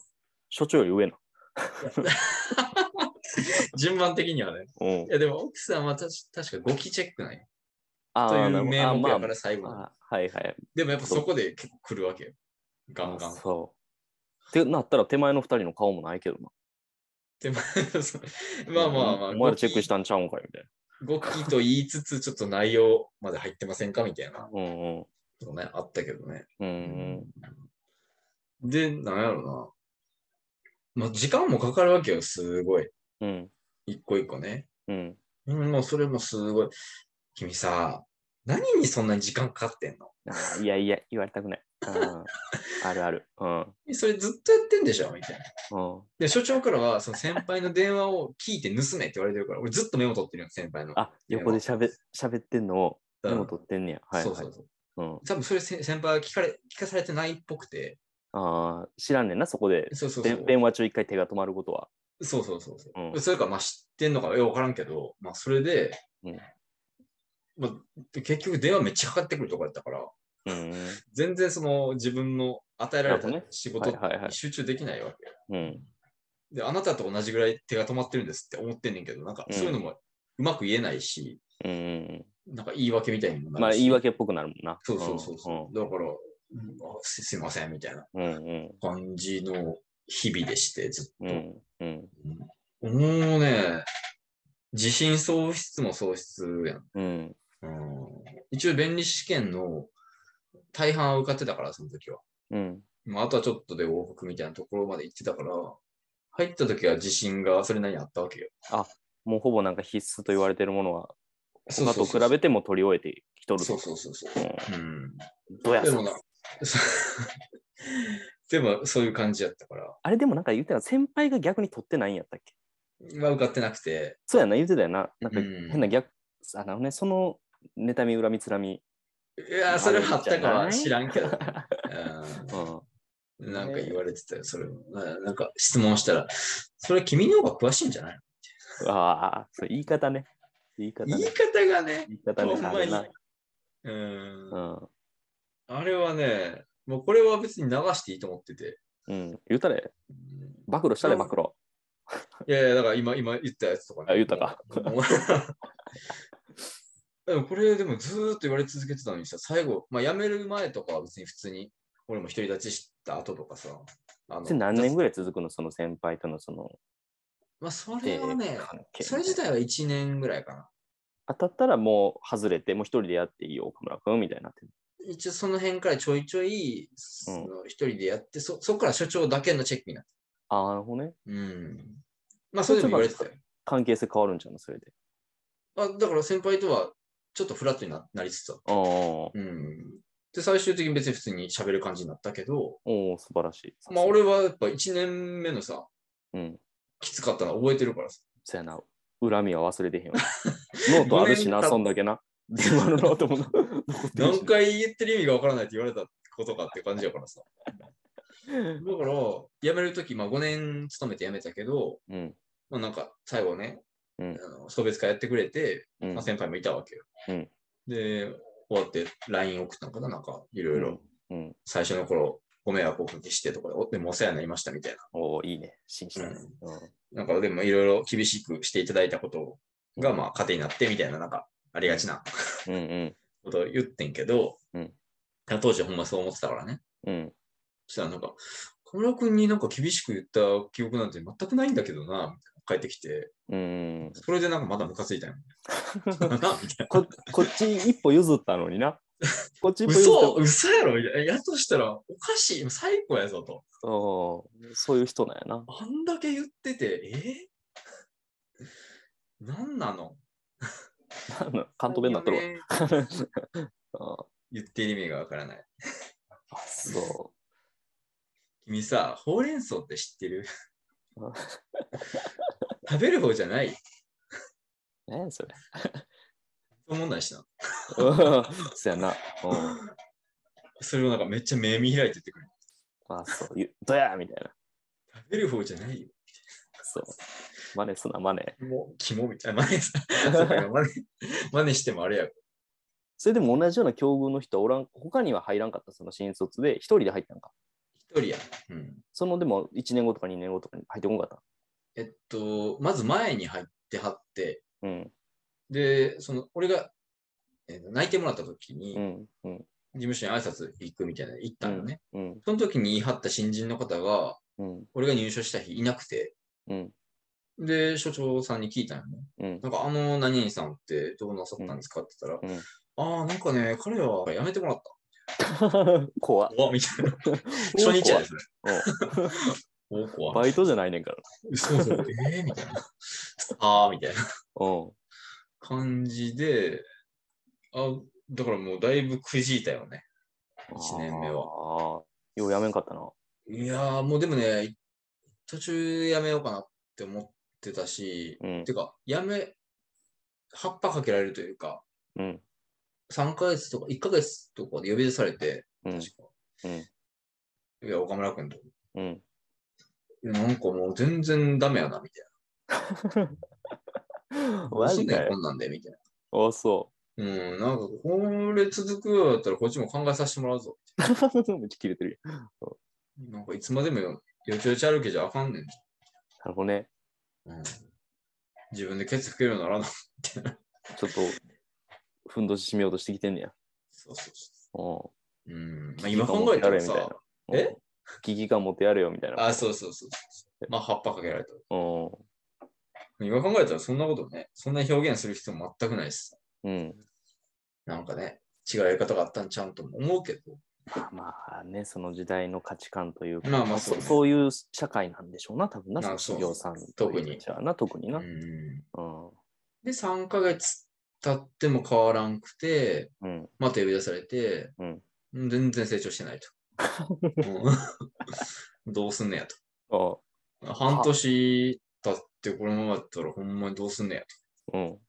[SPEAKER 2] 所長より上な。
[SPEAKER 3] 順番的にはね。
[SPEAKER 2] うん
[SPEAKER 3] い。やでも奥さんはたし確か5期チェックなんよ。
[SPEAKER 2] あ
[SPEAKER 3] という
[SPEAKER 2] なるほど
[SPEAKER 3] 名
[SPEAKER 2] あ
[SPEAKER 3] 目
[SPEAKER 2] ま
[SPEAKER 3] や
[SPEAKER 2] あ
[SPEAKER 3] から最後まで。
[SPEAKER 2] まあはいはい。
[SPEAKER 3] でもやっぱそこで結構来るわけよ。ガンガン。
[SPEAKER 2] そう。ってなったら手前の二人の顔もないけどな。
[SPEAKER 3] でまあそうまあまあまあ。。
[SPEAKER 2] お前らチェックしたたんちゃうんかいみたい
[SPEAKER 3] 5期と言いつつ、ちょっと内容まで入ってませんかみたいな。
[SPEAKER 2] な。うんうん。
[SPEAKER 3] とかね、あったけどね。
[SPEAKER 2] うん
[SPEAKER 3] で、なんやろな。まあ、時間もかかるわけよ、すごい。
[SPEAKER 2] うん。うん。
[SPEAKER 3] 一個一個ね。
[SPEAKER 2] うん。
[SPEAKER 3] うん、もうそれもすごい。君さ、何にそんなに時間かかってんの
[SPEAKER 2] あーいやいや、言われたくない。うんあるある。うん。
[SPEAKER 3] それずっとやってんでしょみたいな。
[SPEAKER 2] うん。
[SPEAKER 3] で、所長からは、その先輩の電話を聞いて盗めって言われてるから、俺ずっとメモ取ってるよ、先輩の。
[SPEAKER 2] あ、横でしゃべ喋ってんのを、
[SPEAKER 3] うん
[SPEAKER 2] メモ取ってんねや。はい
[SPEAKER 3] そう
[SPEAKER 2] は
[SPEAKER 3] そ。
[SPEAKER 2] いう
[SPEAKER 3] そう。
[SPEAKER 2] うん
[SPEAKER 3] 多分それせ先輩は聞かれ聞かされてないっぽくて。
[SPEAKER 2] あー知らんねんな、そこで。
[SPEAKER 3] そうそうそ
[SPEAKER 2] で
[SPEAKER 3] う。
[SPEAKER 2] 電話中一回手が止まることは。
[SPEAKER 3] そうそうそうそう、
[SPEAKER 2] うん
[SPEAKER 3] それか、まあ知ってんのかよ、わからんけど、まあそれで、
[SPEAKER 2] うん
[SPEAKER 3] まあ、結局電話めっちゃかかってくるとこやったから、
[SPEAKER 2] うん。
[SPEAKER 3] 全然その自分の与えられた
[SPEAKER 2] なるほどね
[SPEAKER 3] 仕事に
[SPEAKER 2] はいはいはい
[SPEAKER 3] 集中できないわけ、
[SPEAKER 2] うん。
[SPEAKER 3] で、あなたと同じぐらい手が止まってるんですって思ってんねんけど、なんか
[SPEAKER 2] うん
[SPEAKER 3] そういうのもうまく言えないし、
[SPEAKER 2] うんうん
[SPEAKER 3] なんか言い訳みたいにも
[SPEAKER 2] う。
[SPEAKER 3] なん
[SPEAKER 2] まあ、
[SPEAKER 3] るし。
[SPEAKER 2] 言い訳っぽくなるもんな。
[SPEAKER 3] そうそうそうそう、
[SPEAKER 2] う。
[SPEAKER 3] だから、うんあす、すいませんみたいなん
[SPEAKER 2] うんうん
[SPEAKER 3] 感じの日々でして、ずっ
[SPEAKER 2] う
[SPEAKER 3] と。
[SPEAKER 2] ん。うん。
[SPEAKER 3] もうね、自信喪失も喪失やん。
[SPEAKER 2] うん。
[SPEAKER 3] うん一応、弁理士試験の大半は受かってたから、その時は。
[SPEAKER 2] うん。
[SPEAKER 3] まあ、あとはちょっとで合格みたいなところまで行ってたから、入った時は自信がそれなりにあったわけよ。
[SPEAKER 2] もうほぼなんか必須と言われてるものは、
[SPEAKER 3] そう
[SPEAKER 2] 他
[SPEAKER 3] そ
[SPEAKER 2] と
[SPEAKER 3] う
[SPEAKER 2] 比
[SPEAKER 3] そう
[SPEAKER 2] べても取り終えてきとる
[SPEAKER 3] そ
[SPEAKER 2] と
[SPEAKER 3] う。そうそうそう。
[SPEAKER 2] う
[SPEAKER 3] うん、
[SPEAKER 2] んどうや
[SPEAKER 3] でもな、でもそう [LAUGHS] いう感じやったから、
[SPEAKER 2] あれでもなんか言ってたの先輩が逆に取ってないんやったっけ
[SPEAKER 3] 今受かってなくて、
[SPEAKER 2] そうやな、言ってたよな。なんか
[SPEAKER 3] うん
[SPEAKER 2] 変な逆、あのね、その妬み、恨み、つらみ。
[SPEAKER 3] いやー、それはあったかは知らん
[SPEAKER 2] [LAUGHS]
[SPEAKER 3] けどね、うん
[SPEAKER 2] うん。
[SPEAKER 3] なんか言われてたよ、それも。ななんか質問したら、それ君の方が詳しいんじゃない
[SPEAKER 2] ああ、そう、言い方ね。言い方
[SPEAKER 3] 言い
[SPEAKER 2] ね。
[SPEAKER 3] 方がね、
[SPEAKER 2] 言い方
[SPEAKER 3] ほ
[SPEAKER 2] ね
[SPEAKER 3] ん。
[SPEAKER 2] あ
[SPEAKER 3] ま
[SPEAKER 2] れ
[SPEAKER 3] に
[SPEAKER 2] な。
[SPEAKER 3] う。
[SPEAKER 2] うんん。
[SPEAKER 3] あれはね、もうこれは別に流していいと思ってて。
[SPEAKER 2] うん。言うたれ、
[SPEAKER 3] うん
[SPEAKER 2] 暴露したれ、暴露。
[SPEAKER 3] いやいや、だから今、今言ったやつとかね。
[SPEAKER 2] あ言ったか
[SPEAKER 3] もう。 [LAUGHS] でもこれでもずーっと言われ続けてたのにさ、最後、まあ辞める前とかは別に普通に、俺も独り立ちした後とかさ。あの
[SPEAKER 2] それ何年ぐらい続くのその先輩とのその
[SPEAKER 3] まあそれ
[SPEAKER 2] 定
[SPEAKER 3] はね、
[SPEAKER 2] 関係。
[SPEAKER 3] それ自体は1年ぐらいかな。
[SPEAKER 2] 当たったらもう外れて、もう一人でやっていいよ、岡村君みたいになってる。
[SPEAKER 3] 一応その辺からちょいちょい、その一人でやって、そそこから所長だけのチェックになって。
[SPEAKER 2] ああ、なるほどね。
[SPEAKER 3] うん。まあ、それでも言われてたよ。
[SPEAKER 2] 関係性変わるんちゃうのそれで。
[SPEAKER 3] あだから先輩とはちょっとフラットにななりつつあっ
[SPEAKER 2] あ
[SPEAKER 3] た。
[SPEAKER 2] あ、お
[SPEAKER 3] うん。で、最終的に別に普通に喋る感じになったけど、
[SPEAKER 2] お、素晴らしい。
[SPEAKER 3] まあ、俺はやっぱ1年目のさ、
[SPEAKER 2] うん。
[SPEAKER 3] きつかったのは覚えてるからさ。
[SPEAKER 2] そやな。恨みは忘れてへん
[SPEAKER 3] [LAUGHS]
[SPEAKER 2] よ。ノートあるしな、そんだけな。自分のノートもな残ってるし
[SPEAKER 3] 何回言ってる意味がわからないって言われたことかって感じやから
[SPEAKER 2] [LAUGHS]
[SPEAKER 3] さ。だから、辞めるとき、まあ5年勤めて辞めたけど、
[SPEAKER 2] うん。
[SPEAKER 3] まあなんか最後ね、
[SPEAKER 2] うん
[SPEAKER 3] あの送別会やってくれて、
[SPEAKER 2] うん
[SPEAKER 3] まあ、先輩もいたわけよ。
[SPEAKER 2] うん
[SPEAKER 3] で、終わって LINE 送ったのかななんか、いろいろ
[SPEAKER 2] うん。
[SPEAKER 3] 最初の頃、ご迷惑をおかけしてとか、おでもお世話になりましたみたい
[SPEAKER 2] おおいいね。信じたね。
[SPEAKER 3] な。なんか、でもいろいろ厳しくしていただいたことが、
[SPEAKER 2] うん
[SPEAKER 3] まあ、糧になってみたいな、なんか、ありがちな
[SPEAKER 2] うんうん
[SPEAKER 3] ことを言ってんけど、
[SPEAKER 2] うん
[SPEAKER 3] 当時はほんまそう思ってたからね。
[SPEAKER 2] うん。
[SPEAKER 3] そしたらなんか、小村君になんか厳しく言った記憶なんて全くないんだけどな、みたいな帰ってきて、
[SPEAKER 2] うん。
[SPEAKER 3] それでなんかまだムカついたよ。
[SPEAKER 2] [LAUGHS]
[SPEAKER 3] な [LAUGHS] みたいな。
[SPEAKER 2] ここっち一歩譲ったのに [LAUGHS] な。こっち一歩譲
[SPEAKER 3] 嘘
[SPEAKER 2] っ
[SPEAKER 3] 嘘やろみたいな。やとしたらおかしい。最高やぞと。
[SPEAKER 2] た。おーそういう人なんやな。
[SPEAKER 3] あんだけ言ってて、え [LAUGHS] ー、なんなの
[SPEAKER 2] なんだ関東弁になっとるわ。
[SPEAKER 3] ね
[SPEAKER 2] [LAUGHS] あー
[SPEAKER 3] 言ってる意味がわからない。
[SPEAKER 2] あ、そ
[SPEAKER 3] 君さ、ほうれん草って知ってる
[SPEAKER 2] あ
[SPEAKER 3] 食べる方じゃない。
[SPEAKER 2] う。何や [LAUGHS] それ。
[SPEAKER 3] そう思んないしな。
[SPEAKER 2] うんそやな。うん
[SPEAKER 3] それをなんかめっちゃ目見開いて言ってくる。
[SPEAKER 2] あ、そう、ゆどやみたいな。
[SPEAKER 3] 食べる方じゃないよ。
[SPEAKER 2] そう。真似すな、 [LAUGHS] 真似。
[SPEAKER 3] もう、肝みたいな。真似さそうか真似真似してもあれや。
[SPEAKER 2] それでも同じような境遇の人はおらん、他には入らんかった、その新卒で、一人で入ったんか。
[SPEAKER 3] 一人や。うん。
[SPEAKER 2] そのでも1年後とか2年後とかに入ってこんかった。
[SPEAKER 3] えっと、まず前に入ってはって、
[SPEAKER 2] うん、
[SPEAKER 3] で、その、俺が、えー泣いてもらった時に、
[SPEAKER 2] うん、うん、
[SPEAKER 3] 事務所に挨拶行くみたいなの行ったのね。
[SPEAKER 2] うん、
[SPEAKER 3] その時に言い張った新人の方が、
[SPEAKER 2] うん、
[SPEAKER 3] 俺が入所した日いなくて、
[SPEAKER 2] うん、
[SPEAKER 3] で、所長さんに聞いたんよね。 [LAUGHS]
[SPEAKER 2] うん、
[SPEAKER 3] なんか、あの何々さんってどうなさったんですかって言ったら、
[SPEAKER 2] うん
[SPEAKER 3] ああ、なんかね、彼は辞めてもらった。
[SPEAKER 2] 怖っ。
[SPEAKER 3] 怖っみたい
[SPEAKER 2] [LAUGHS]
[SPEAKER 3] な。初日やですね。お
[SPEAKER 2] うん
[SPEAKER 3] 怖っ
[SPEAKER 2] バイトじゃないねんから。
[SPEAKER 3] そうそう。ええみたいな。ああ、みたいな。
[SPEAKER 2] うん。
[SPEAKER 3] 感じで、あ、だからもうだいぶくじいたよね。一年目は
[SPEAKER 2] は。ようやめんかったな。
[SPEAKER 3] いやーもうでもね、途中やめようかなって思ってたし、
[SPEAKER 2] うん
[SPEAKER 3] て、か、やめ、葉っぱかけられるというか、
[SPEAKER 2] うん、
[SPEAKER 3] 3ヶ月とか、1ヶ月とかで呼び出されて、
[SPEAKER 2] うん
[SPEAKER 3] 確、か。
[SPEAKER 2] う
[SPEAKER 3] いや、岡村君と。い
[SPEAKER 2] うん。
[SPEAKER 3] やなんかもう全然ダメやな、みたいな。
[SPEAKER 2] マ
[SPEAKER 3] どうす
[SPEAKER 2] ジか
[SPEAKER 3] んねん
[SPEAKER 2] よ。
[SPEAKER 3] こんなんで、みたいな。
[SPEAKER 2] あ、そ
[SPEAKER 3] うん、なんか、これ続くようだったらこっちも考えさせてもらうぞ。
[SPEAKER 2] う。 [LAUGHS] めっちゃ切れてるやん。
[SPEAKER 3] なんか、いつまでもよよちよち歩けじゃあかんねん。
[SPEAKER 2] なるほどね。
[SPEAKER 3] うん自分でケツ吹けるようにならな。
[SPEAKER 2] ちょっと、ふんどし締めようとしてきてんねや。
[SPEAKER 3] そうそうそ
[SPEAKER 2] うん。
[SPEAKER 3] う。うん。まあ、今考えたら
[SPEAKER 2] みたい
[SPEAKER 3] さ
[SPEAKER 2] な。え危機感持ってやれよみたいな。
[SPEAKER 3] あ、そうそうそうそう。まあ、葉っぱかけられた。
[SPEAKER 2] うん。
[SPEAKER 3] 今考えたらそんなことね、そんな表現する必要も全くないです。
[SPEAKER 2] うん。
[SPEAKER 3] なんかね、違うやり方があったんちゃうんとも思うけど。
[SPEAKER 2] まあね、その時代の価値観というか、
[SPEAKER 3] まあまあそ、
[SPEAKER 2] そう
[SPEAKER 3] ね。
[SPEAKER 2] そういう社会なんでしょうな、多分な、
[SPEAKER 3] まあ
[SPEAKER 2] その企業さん
[SPEAKER 3] そう
[SPEAKER 2] という
[SPEAKER 3] 特に
[SPEAKER 2] じゃあな、特にな。
[SPEAKER 3] うん
[SPEAKER 2] うん。
[SPEAKER 3] で、3ヶ月経っても変わらんくて、
[SPEAKER 2] うん。
[SPEAKER 3] また呼び出されて、
[SPEAKER 2] うん
[SPEAKER 3] 全然成長して
[SPEAKER 2] [LAUGHS]
[SPEAKER 3] ないと。うん [LAUGHS] どうすんねや
[SPEAKER 2] あ
[SPEAKER 3] と。半年経ってこのままだったらほんまにどうすんねやと。
[SPEAKER 2] うん。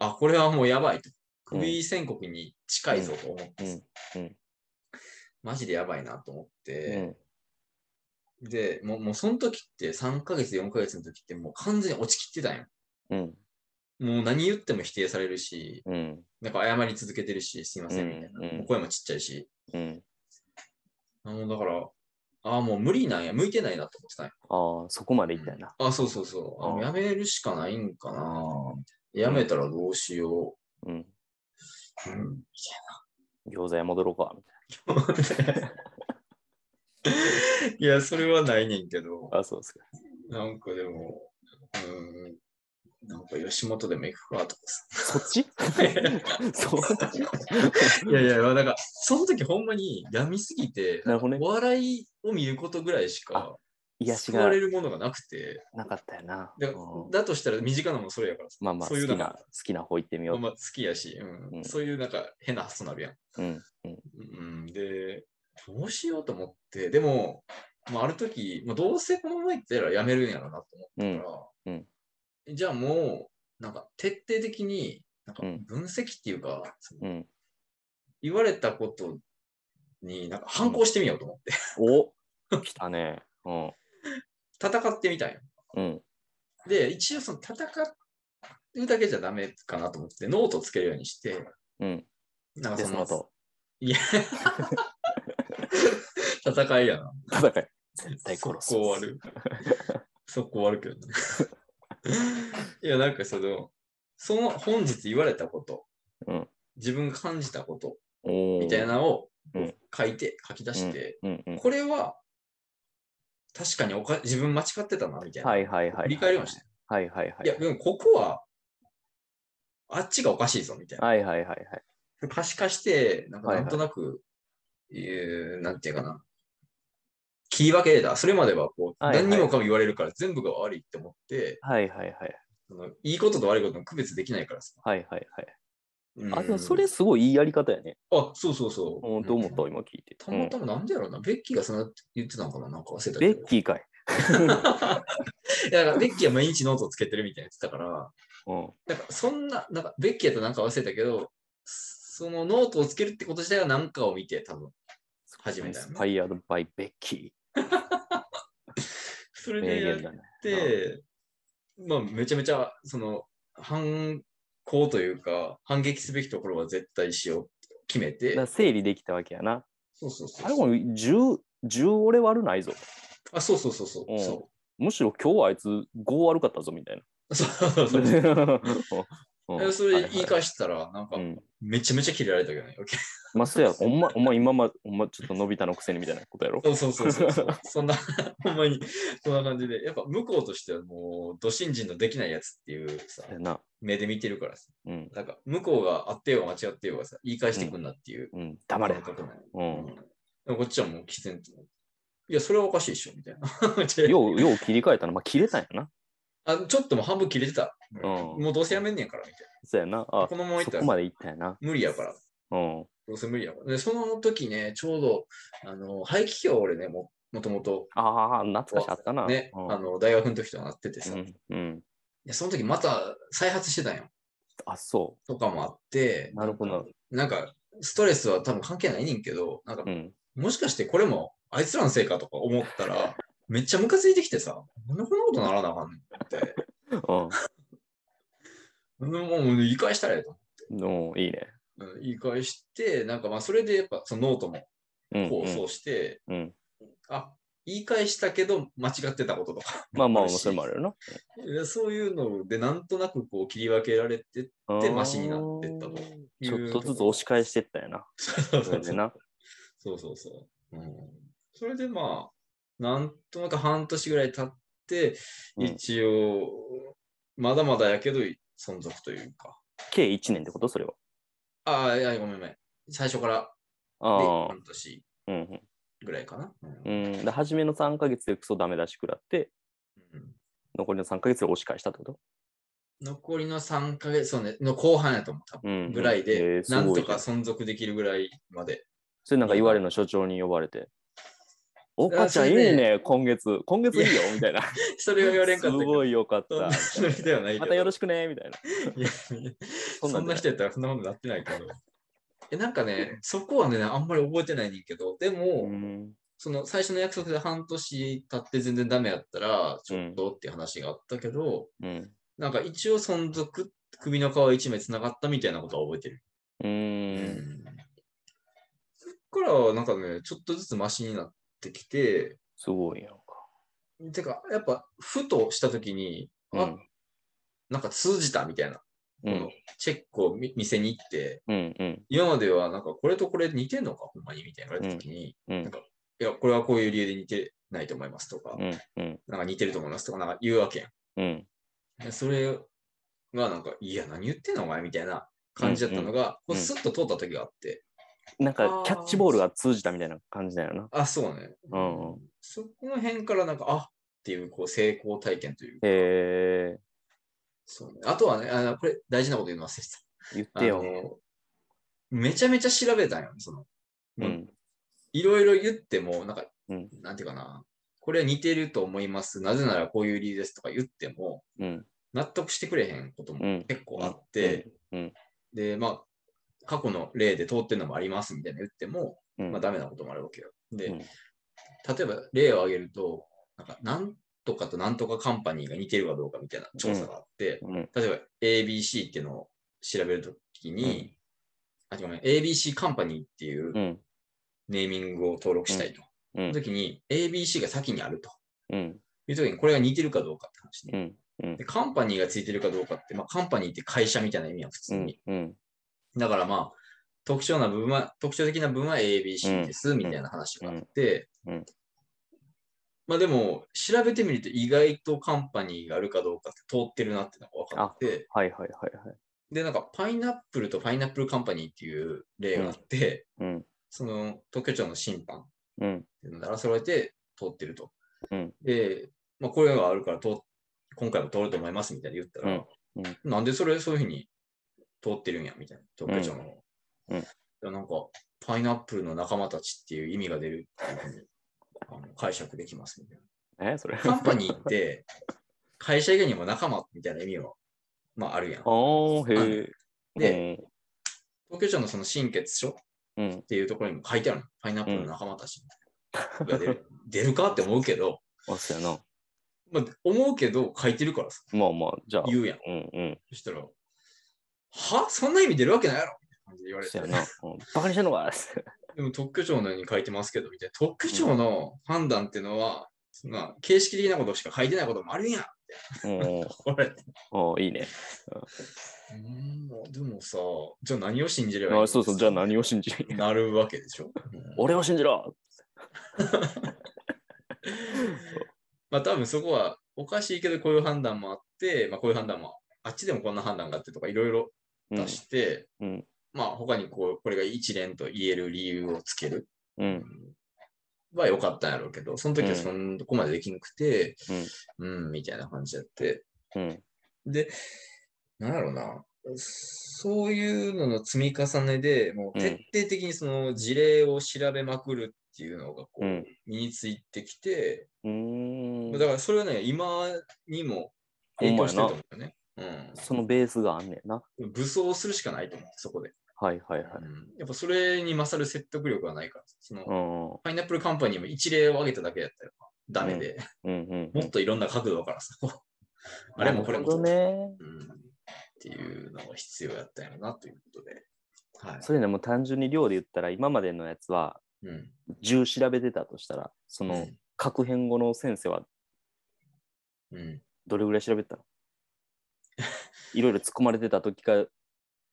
[SPEAKER 3] あ、これはもうやばいと。
[SPEAKER 2] うん
[SPEAKER 3] 首宣告に近いぞと思って、
[SPEAKER 2] うんうん
[SPEAKER 3] マジでやばいなと思っ
[SPEAKER 2] う
[SPEAKER 3] て、
[SPEAKER 2] ん。
[SPEAKER 3] で、もう、もうその時って3ヶ月、4ヶ月の時ってもう完全に落ちきってたんよ。
[SPEAKER 2] うん。
[SPEAKER 3] もう何言っても否定されるし、
[SPEAKER 2] うん。
[SPEAKER 3] なんか謝り続けてるし、すいませんみたいな。
[SPEAKER 2] うんうん
[SPEAKER 3] もう声もちっちゃいし。
[SPEAKER 2] うん。
[SPEAKER 3] あの、だから、ああ、もう無理なんや、向いてないなと思ってたんよ。
[SPEAKER 2] ああ、そこまでいったよな。
[SPEAKER 3] あそうそうそう。あ
[SPEAKER 2] あ
[SPEAKER 3] もうやめるしかないんかな。やめたらどうしよ
[SPEAKER 2] うん。
[SPEAKER 3] う。うん
[SPEAKER 2] 餃子屋戻ろうか、みたい
[SPEAKER 3] [LAUGHS] いや、それはないねんけど。
[SPEAKER 2] な。あそうですか。
[SPEAKER 3] なんかでも、うーん、なんか吉本でも行くかとか
[SPEAKER 2] そっ
[SPEAKER 3] [LAUGHS]
[SPEAKER 2] ちそっち
[SPEAKER 3] さ。いやいや、なんか、その時ほんまに病みすぎて、
[SPEAKER 2] なるほど
[SPEAKER 3] お
[SPEAKER 2] ね
[SPEAKER 3] 笑いを見ることぐらいしか、
[SPEAKER 2] 癒し
[SPEAKER 3] 救わ
[SPEAKER 2] が
[SPEAKER 3] れるものがなくて、
[SPEAKER 2] なかったよな。
[SPEAKER 3] だ
[SPEAKER 2] うん
[SPEAKER 3] だとしたら身近なもんそれやからさ
[SPEAKER 2] まあまあ、好
[SPEAKER 3] そういう
[SPEAKER 2] き
[SPEAKER 3] の
[SPEAKER 2] な
[SPEAKER 3] が、
[SPEAKER 2] 好きな方行ってみ
[SPEAKER 3] まあ
[SPEAKER 2] よ
[SPEAKER 3] まあ好きやし、うん
[SPEAKER 2] うん
[SPEAKER 3] そういうなんか変な発想なるやん。
[SPEAKER 2] う。うん。うん。
[SPEAKER 3] うん、で、どうしようと思って、でも、まあ、ある時、まあ、どうせこのまま行ったらやめるんやろなと思って
[SPEAKER 2] う
[SPEAKER 3] だ
[SPEAKER 2] ん。
[SPEAKER 3] か
[SPEAKER 2] う
[SPEAKER 3] ら
[SPEAKER 2] ん、
[SPEAKER 3] じゃあもなんか徹底的に、なんか
[SPEAKER 2] うん
[SPEAKER 3] 分析っていうか、その [LAUGHS]
[SPEAKER 2] うん。
[SPEAKER 3] 言われたことになんか反抗してみようと思って、
[SPEAKER 2] お来たね。うん。
[SPEAKER 3] 戦ってみたいの。
[SPEAKER 2] うん。
[SPEAKER 3] で、一応その戦うだけじゃダメかなと思って、ノートつけるようにして、
[SPEAKER 2] うん。
[SPEAKER 3] なんか
[SPEAKER 2] で、
[SPEAKER 3] そ
[SPEAKER 2] その
[SPEAKER 3] の
[SPEAKER 2] 後、
[SPEAKER 3] 戦いやな。
[SPEAKER 2] 戦い。絶対殺
[SPEAKER 3] 速
[SPEAKER 2] す。
[SPEAKER 3] 攻終わ
[SPEAKER 2] [LAUGHS]
[SPEAKER 3] る。速攻終わるけどね。いや、なんかその、その本日言われたこと、
[SPEAKER 2] うん
[SPEAKER 3] 自分が感じたこと
[SPEAKER 2] おー
[SPEAKER 3] みたいな。のを
[SPEAKER 2] うん
[SPEAKER 3] 書いて、書き出して、
[SPEAKER 2] うんうん。
[SPEAKER 3] これは確かにおか自分間違ってたなみたいな。
[SPEAKER 2] はいはいはい。
[SPEAKER 3] 振り返りました。
[SPEAKER 2] はいはいはい。
[SPEAKER 3] いや、でもここは、あっちがおかしいぞみたいな。
[SPEAKER 2] はいはいはいはい。
[SPEAKER 3] 可視化して、なんか
[SPEAKER 2] はい
[SPEAKER 3] な
[SPEAKER 2] はい
[SPEAKER 3] んとなく、いうなんていうかな。切り分けれた。それまではこう、
[SPEAKER 2] はいはい
[SPEAKER 3] 何にもかも言われるから全部が悪いって思って、
[SPEAKER 2] はいはいはい。
[SPEAKER 3] そのいいことと悪いことの区別できないからさ。
[SPEAKER 2] はいはいはい。
[SPEAKER 3] うん
[SPEAKER 2] あ、でもそれすごいいいやり方やね。
[SPEAKER 3] あ、そうそうそう。
[SPEAKER 2] うん、と思った、今聞いて。
[SPEAKER 3] たまたまなんでやろうな。ベッキーがそんな言ってたのかななんか忘れ
[SPEAKER 2] う
[SPEAKER 3] た
[SPEAKER 2] んベ
[SPEAKER 3] け
[SPEAKER 2] ッ
[SPEAKER 3] ど。
[SPEAKER 2] キーかい。
[SPEAKER 3] いやだからベッキーは毎日ノートつけてるみたいなやつだから、
[SPEAKER 2] うん。
[SPEAKER 3] なんかそんな、なんかベッキーやとなんか忘れたけど、そのノートをつけるってこと自体は何かを見て、多分始めたよ
[SPEAKER 2] ス
[SPEAKER 3] ね
[SPEAKER 2] パイアドバイベッキ
[SPEAKER 3] そ
[SPEAKER 2] ー。
[SPEAKER 3] れ
[SPEAKER 2] 名
[SPEAKER 3] でやっ
[SPEAKER 2] 言だね。
[SPEAKER 3] で、まあ、めちゃめちゃ、その、反抗というか、反撃すべきところは絶対しようって決め
[SPEAKER 2] だから
[SPEAKER 3] て、
[SPEAKER 2] 整理できたわけやな。
[SPEAKER 3] そうそうそう。
[SPEAKER 2] あれも10、10俺悪ないぞ。
[SPEAKER 3] あ、そうそうそうそうう。
[SPEAKER 2] ん
[SPEAKER 3] そ
[SPEAKER 2] むしろ今日はあいつ5悪かったぞみ
[SPEAKER 3] [LAUGHS]
[SPEAKER 2] たいな。
[SPEAKER 3] うそう
[SPEAKER 2] [LAUGHS]
[SPEAKER 3] そうそう。
[SPEAKER 2] う
[SPEAKER 3] で
[SPEAKER 2] ん
[SPEAKER 3] それ言い返したら、なんか
[SPEAKER 2] は、いはいうん
[SPEAKER 3] めちゃめちゃキレられたけどね。
[SPEAKER 2] まあ、そうや、お前、お前今ま、お前ちょっと伸びたのくせにみたいなことやろ。
[SPEAKER 3] そうそうそうそうそう。
[SPEAKER 2] [LAUGHS]
[SPEAKER 3] そんな、 [LAUGHS] ほんまに、そんな感じで。やっぱ、向こうとしてはもう、ド新人のできないやつっていうさ、
[SPEAKER 2] やな。
[SPEAKER 3] 目で見てるからさ。
[SPEAKER 2] うん。
[SPEAKER 3] なんか、向こうがあってようが間違ってようがさ、言い返してくんなっていう。
[SPEAKER 2] うん。黙れ
[SPEAKER 3] 感。覚なんよ
[SPEAKER 2] うん。
[SPEAKER 3] でもこっちはもう喫煙と。いや、それはおかしいでしょ、みたい
[SPEAKER 2] [LAUGHS]
[SPEAKER 3] な。
[SPEAKER 2] よう、よう切り替えたな。まあ、切れたんやな。
[SPEAKER 3] あちょっともう半分切れてた。
[SPEAKER 2] うん
[SPEAKER 3] もうどうせやめんねんから、みたい
[SPEAKER 2] そうやな。
[SPEAKER 3] な。
[SPEAKER 2] あ
[SPEAKER 3] こ、のままいっ
[SPEAKER 2] そ
[SPEAKER 3] た
[SPEAKER 2] こ
[SPEAKER 3] ら
[SPEAKER 2] までいったんやな。
[SPEAKER 3] 無理やから。
[SPEAKER 2] うん。
[SPEAKER 3] どうせ無理やから。で、その時ね、ちょうど、あの、排気胸を俺ね、ももともと、
[SPEAKER 2] ああ、懐かしかったな。
[SPEAKER 3] ね、
[SPEAKER 2] うん
[SPEAKER 3] あの、大学の時とかなっててさ、い
[SPEAKER 2] うん。うん。
[SPEAKER 3] やその時また再発してたんよ。
[SPEAKER 2] あ、そ
[SPEAKER 3] とかもあって
[SPEAKER 2] う。、なるほど。
[SPEAKER 3] なんか、ストレスは多分関係ないねんけど、なんか
[SPEAKER 2] う、ん。
[SPEAKER 3] もしかしてこれもあいつらのせいかとか思った
[SPEAKER 2] [LAUGHS]
[SPEAKER 3] ら、めっちゃムカついてきてさ、なんでこんなことならなあかんねんって。うんもう言い返したらええと
[SPEAKER 2] うん。うん、いいね。
[SPEAKER 3] 思う。うん言い返して、なんかまあそれでやっぱそのノートも
[SPEAKER 2] うん。
[SPEAKER 3] 構
[SPEAKER 2] うん
[SPEAKER 3] 想して、
[SPEAKER 2] うん。
[SPEAKER 3] あ、言い返したけど間違ってたこととか。
[SPEAKER 2] まあまあ、
[SPEAKER 3] し
[SPEAKER 2] それもあるよな。
[SPEAKER 3] でそういうのでなんとなくこう切り分けられて、で
[SPEAKER 2] うん
[SPEAKER 3] マシになってったと
[SPEAKER 2] ちょっとずつ押し返してったんやな。
[SPEAKER 3] そう
[SPEAKER 2] それでな。
[SPEAKER 3] そうそうそう。うん、それでまあ、なんとなく半年ぐらい経って、
[SPEAKER 2] うん
[SPEAKER 3] 一応、まだまだやけど存続というか。
[SPEAKER 2] 計1年ってことそれは。
[SPEAKER 3] ああ、いや、ごめんごめん。最初からで
[SPEAKER 2] ああ
[SPEAKER 3] 半。年
[SPEAKER 2] うん。
[SPEAKER 3] ぐらいかな。うん
[SPEAKER 2] うん。で、初めの3ヶ月でクソダメ出し食らって、
[SPEAKER 3] うん
[SPEAKER 2] 残りの3ヶ月で押し返したってこと
[SPEAKER 3] 残りの3ヶ月、そうね、の後半やと思う多分。
[SPEAKER 2] うん。
[SPEAKER 3] ぐらい
[SPEAKER 2] え
[SPEAKER 3] で
[SPEAKER 2] ー、す
[SPEAKER 3] なん
[SPEAKER 2] ごい
[SPEAKER 3] と
[SPEAKER 2] ね
[SPEAKER 3] か存続できるぐらいまで。
[SPEAKER 2] それなんか言われるの所長に呼ばれて。おかちゃんいい
[SPEAKER 3] それで
[SPEAKER 2] ね、今月。今月いいよ、みたいな。
[SPEAKER 3] それを言われんか
[SPEAKER 2] す
[SPEAKER 3] ったけど
[SPEAKER 2] ごいよかっ
[SPEAKER 3] そんな
[SPEAKER 2] た。
[SPEAKER 3] ノリではないけど。
[SPEAKER 2] またよろしくね、みたいな。
[SPEAKER 3] いやそん
[SPEAKER 2] なんじ
[SPEAKER 3] な
[SPEAKER 2] ゃい
[SPEAKER 3] 人やったらそんなことなってないけど。えなんかね、そこはね、あんまり覚えてないねんけど、でも、
[SPEAKER 2] うん
[SPEAKER 3] その最初の約束で半年経って全然ダメやったら、ちょっとっていう話があったけど、
[SPEAKER 2] うん。
[SPEAKER 3] なんか一応存続、首の皮一枚つながったみたいなことは覚えてる。
[SPEAKER 2] うーん。
[SPEAKER 3] そっからはなんかね、ちょっとずつマシになってきて、
[SPEAKER 2] すごいやんか。
[SPEAKER 3] てか、やっぱ、ふとした時に、あ、
[SPEAKER 2] うん
[SPEAKER 3] なんか通じたみたいな、
[SPEAKER 2] う
[SPEAKER 3] この
[SPEAKER 2] ん。
[SPEAKER 3] チェックをみ店に行って、
[SPEAKER 2] うん。うん。
[SPEAKER 3] 今まではなんかこれとこれ似てんのかほんまにみたいな言われた時に、
[SPEAKER 2] う
[SPEAKER 3] なんん。かいやこれはこういう理由で似てないと思いますとか、
[SPEAKER 2] うん。うん。
[SPEAKER 3] なんか似てると思いますとかなんか言うわけや
[SPEAKER 2] うん。
[SPEAKER 3] んでそれがなんかいや何言ってんのお前みたいな感じだったのが、
[SPEAKER 2] うんうん
[SPEAKER 3] こうスッと通った時があって、
[SPEAKER 2] なんかキャッチボールが通じたみたいな感じだよな。
[SPEAKER 3] あそうね、
[SPEAKER 2] うんうん
[SPEAKER 3] そこの辺からなんかあっていうこう成功体験というか、
[SPEAKER 2] へえ
[SPEAKER 3] そうね、あとはねあのこれ大事なこと言うの忘れてた
[SPEAKER 2] 言っ
[SPEAKER 3] あ
[SPEAKER 2] てよ。
[SPEAKER 3] のめちゃめちゃ調べたんよその
[SPEAKER 2] うん。
[SPEAKER 3] いろいろ言っても、なんか、
[SPEAKER 2] うん
[SPEAKER 3] なんていうかな、これは似てると思います、なぜならこういう理由ですとか言っても、
[SPEAKER 2] うん。
[SPEAKER 3] 納得してくれへんこと
[SPEAKER 2] う
[SPEAKER 3] も
[SPEAKER 2] ん
[SPEAKER 3] 結構あって、
[SPEAKER 2] うん
[SPEAKER 3] で、まあ、過去の例で通ってるのもありますみたいな言っても、
[SPEAKER 2] うん
[SPEAKER 3] まあ、ダメなこともあるわけよ。で、
[SPEAKER 2] うん
[SPEAKER 3] 例えば例を挙げると、なんか、なんとかとなんとかカンパニーが似てるかどうかみたいな調査があって、
[SPEAKER 2] うん
[SPEAKER 3] 例えば ABC っていうのを調べるときに、あ、ごめん、ABC カンパニーっていう
[SPEAKER 2] うん
[SPEAKER 3] ネーミングを登録したいと。
[SPEAKER 2] うん
[SPEAKER 3] その時に ABC が先にあると
[SPEAKER 2] うん
[SPEAKER 3] いう時に、これが似てるかどうかって話ね。
[SPEAKER 2] うんうん
[SPEAKER 3] で、カンパニーがついてるかどうかって、まあ、カンパニーって会社みたいな意味は普通に。
[SPEAKER 2] うん
[SPEAKER 3] だからまあ、特徴な部分は、特徴的な部分は ABC です、みたいな話があって
[SPEAKER 2] うんうん、
[SPEAKER 3] まあでも、調べてみると意外とカンパニーがあるかどうかって通ってるなってのが分かって、
[SPEAKER 2] はいはいはいはい
[SPEAKER 3] で、なんかパイナップルとパイナップルカンパニーっていう例があって、
[SPEAKER 2] うん
[SPEAKER 3] その特許庁の審判っ
[SPEAKER 2] うん
[SPEAKER 3] ていうので争われて通ってると。
[SPEAKER 2] うん
[SPEAKER 3] で、まあこれがあるから通っ今回も通ると思いますみたいな言ったら、
[SPEAKER 2] うん
[SPEAKER 3] なんでそれそういうふうに通ってるんやみたいな、特許庁の。
[SPEAKER 2] うんうん
[SPEAKER 3] いやなんか、パイナップルの仲間たちっていう意味が出るっていうふうにあの解釈できますみたい [LAUGHS]
[SPEAKER 2] えそれ
[SPEAKER 3] な。カンパニーって、会社以外にも仲間みたいな意味は、まああるやん。
[SPEAKER 2] ああへえ
[SPEAKER 3] で東京庁のその心血書っ
[SPEAKER 2] うん
[SPEAKER 3] ていうところにも書いてあるの。パイナップルの仲間たち
[SPEAKER 2] [LAUGHS]
[SPEAKER 3] が出る,、出るかって思うけど、
[SPEAKER 2] あそうやな
[SPEAKER 3] まあ、思うけど書いてるからさ、
[SPEAKER 2] まあまあじゃあ
[SPEAKER 3] 言うやん。
[SPEAKER 2] うんうん
[SPEAKER 3] そしたら、はそんな意味出るわけないやろみたいな感じで言われて
[SPEAKER 2] そうや。な、うん、バカにしてんのか
[SPEAKER 3] でも特許庁のように書いてますけど、みたいな。特許庁の判断っていうのは、そんな形式的なことしか書いてないこともあるんや。 [LAUGHS]
[SPEAKER 2] うん
[SPEAKER 3] これ。
[SPEAKER 2] おいいね
[SPEAKER 3] うん、でもさ、じゃあ何を信じればいい
[SPEAKER 2] あそうそうじゃあ何を信じる
[SPEAKER 3] じなるわけでしょ。うん
[SPEAKER 2] 俺を信じろ
[SPEAKER 3] [LAUGHS] まあ多分そこはおかしいけど、こういう判断もあって、まあこういう判断も、あっちでもこんな判断があってとかいろいろ
[SPEAKER 2] うん
[SPEAKER 3] 出して、
[SPEAKER 2] うん
[SPEAKER 3] まあ他にこう、これが一連と言える理由をつける。
[SPEAKER 2] うん
[SPEAKER 3] は良かったんやろうけど、その時はそんとこまでできなくて、うん、みたいな感じやって、
[SPEAKER 2] うん
[SPEAKER 3] で、なんだろうな、そういうのの積み重ねで、もう
[SPEAKER 2] うん
[SPEAKER 3] 徹底的にその事例を調べまくるっていうのがこう、
[SPEAKER 2] うん
[SPEAKER 3] 身についてきて、
[SPEAKER 2] うーん
[SPEAKER 3] だからそれはね、今にも影響してると思うよね。
[SPEAKER 2] そのベースがあんねんな
[SPEAKER 3] うん、武装するしかないと思う、そこで、
[SPEAKER 2] はいはいは
[SPEAKER 3] う
[SPEAKER 2] い
[SPEAKER 3] ん。やっぱそれに勝る説得力はないから、その、
[SPEAKER 2] うん
[SPEAKER 3] パイナップルカンパニーも一例を挙げただけだったらダメで、
[SPEAKER 2] うんうん
[SPEAKER 3] もっといろんな角度からさ、こうあれもこれも
[SPEAKER 2] なるほどね
[SPEAKER 3] うんっていうのが必要やったんやろなということで。はい。
[SPEAKER 2] それねもう単純に量で言ったら今までのやつは
[SPEAKER 3] うん。
[SPEAKER 2] 10調べてたとしたらその各変語の先生は
[SPEAKER 3] うん。
[SPEAKER 2] どれぐらい調べて
[SPEAKER 3] [LAUGHS]
[SPEAKER 2] たのいろいろ突っ込まれてた時か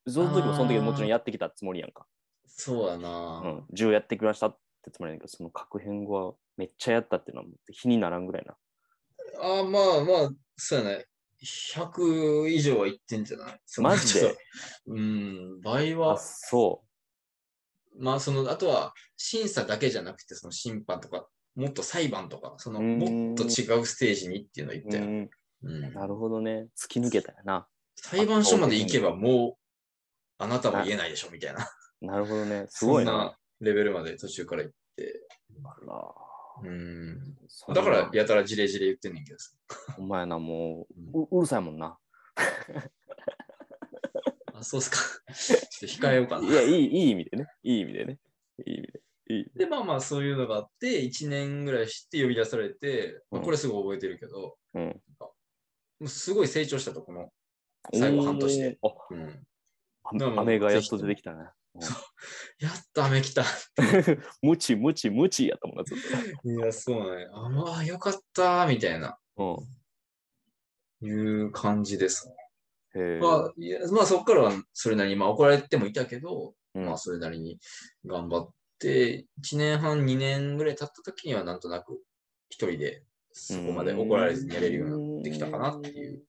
[SPEAKER 2] その時もその時ももちろんやってきたつもりやんか、
[SPEAKER 3] そうや
[SPEAKER 2] う
[SPEAKER 3] な、
[SPEAKER 2] ん、10やってきましたってつもりやんけどその各変語はめっちゃやったっていうのはもう比にならんぐらいな
[SPEAKER 3] あーまあまあ、そうやね。100以上はいってんじゃないその
[SPEAKER 2] マジで
[SPEAKER 3] ちょっと [LAUGHS] うん、倍
[SPEAKER 2] あ
[SPEAKER 3] は、
[SPEAKER 2] そ
[SPEAKER 3] まあその、あとは審査だけじゃなくて、その審判とか、もっと裁判とか、その、
[SPEAKER 2] うん
[SPEAKER 3] もっと違うステージにっていうのは言っ
[SPEAKER 2] う、
[SPEAKER 3] た
[SPEAKER 2] う
[SPEAKER 3] よ。
[SPEAKER 2] ん、
[SPEAKER 3] うん
[SPEAKER 2] なるほどね突き抜けたよな
[SPEAKER 3] 裁判所まで行けばもう、あなたも言えないでしょ、みたいな。
[SPEAKER 2] なるほどね [LAUGHS] すごい
[SPEAKER 3] そん
[SPEAKER 2] な
[SPEAKER 3] なレベルまで途中から行って。
[SPEAKER 2] あら
[SPEAKER 3] うん。
[SPEAKER 2] そんな
[SPEAKER 3] だから、やたらじれじれ言ってんねんけどさ。
[SPEAKER 2] お前なもうううるさいもんな
[SPEAKER 3] あ、そうっすか。 [LAUGHS] ちょっと控えようか
[SPEAKER 2] い
[SPEAKER 3] な。
[SPEAKER 2] やいいいい意味でねいい意味でねいい意味でいい
[SPEAKER 3] で、まあまあ、そういうのがあって、1年ぐらいして呼び出されて、まあ
[SPEAKER 2] うん
[SPEAKER 3] これすごい覚えてるけど、も
[SPEAKER 2] うん
[SPEAKER 3] うすごい成長したと、この。最後半年で
[SPEAKER 2] おー
[SPEAKER 3] うん。だからも
[SPEAKER 2] あ
[SPEAKER 3] う
[SPEAKER 2] 雨がやっと出てきたね
[SPEAKER 3] やっと雨来た。い [LAUGHS]
[SPEAKER 2] ムチムチムチやったもんなずっと
[SPEAKER 3] や、そうね。あ、まあ、よかった、みたいな、 [LAUGHS]
[SPEAKER 2] うん
[SPEAKER 3] いう感じですね。
[SPEAKER 2] へえ。
[SPEAKER 3] まあ、いやまあ、そこからはそれなりに、まあ、怒られてもいたけど、
[SPEAKER 2] うん
[SPEAKER 3] まあ、それなりに頑張って、1年半、2年ぐらい経った時には、なんとなく、一人で、そこまで怒られずにやれるようになってきたかなっていう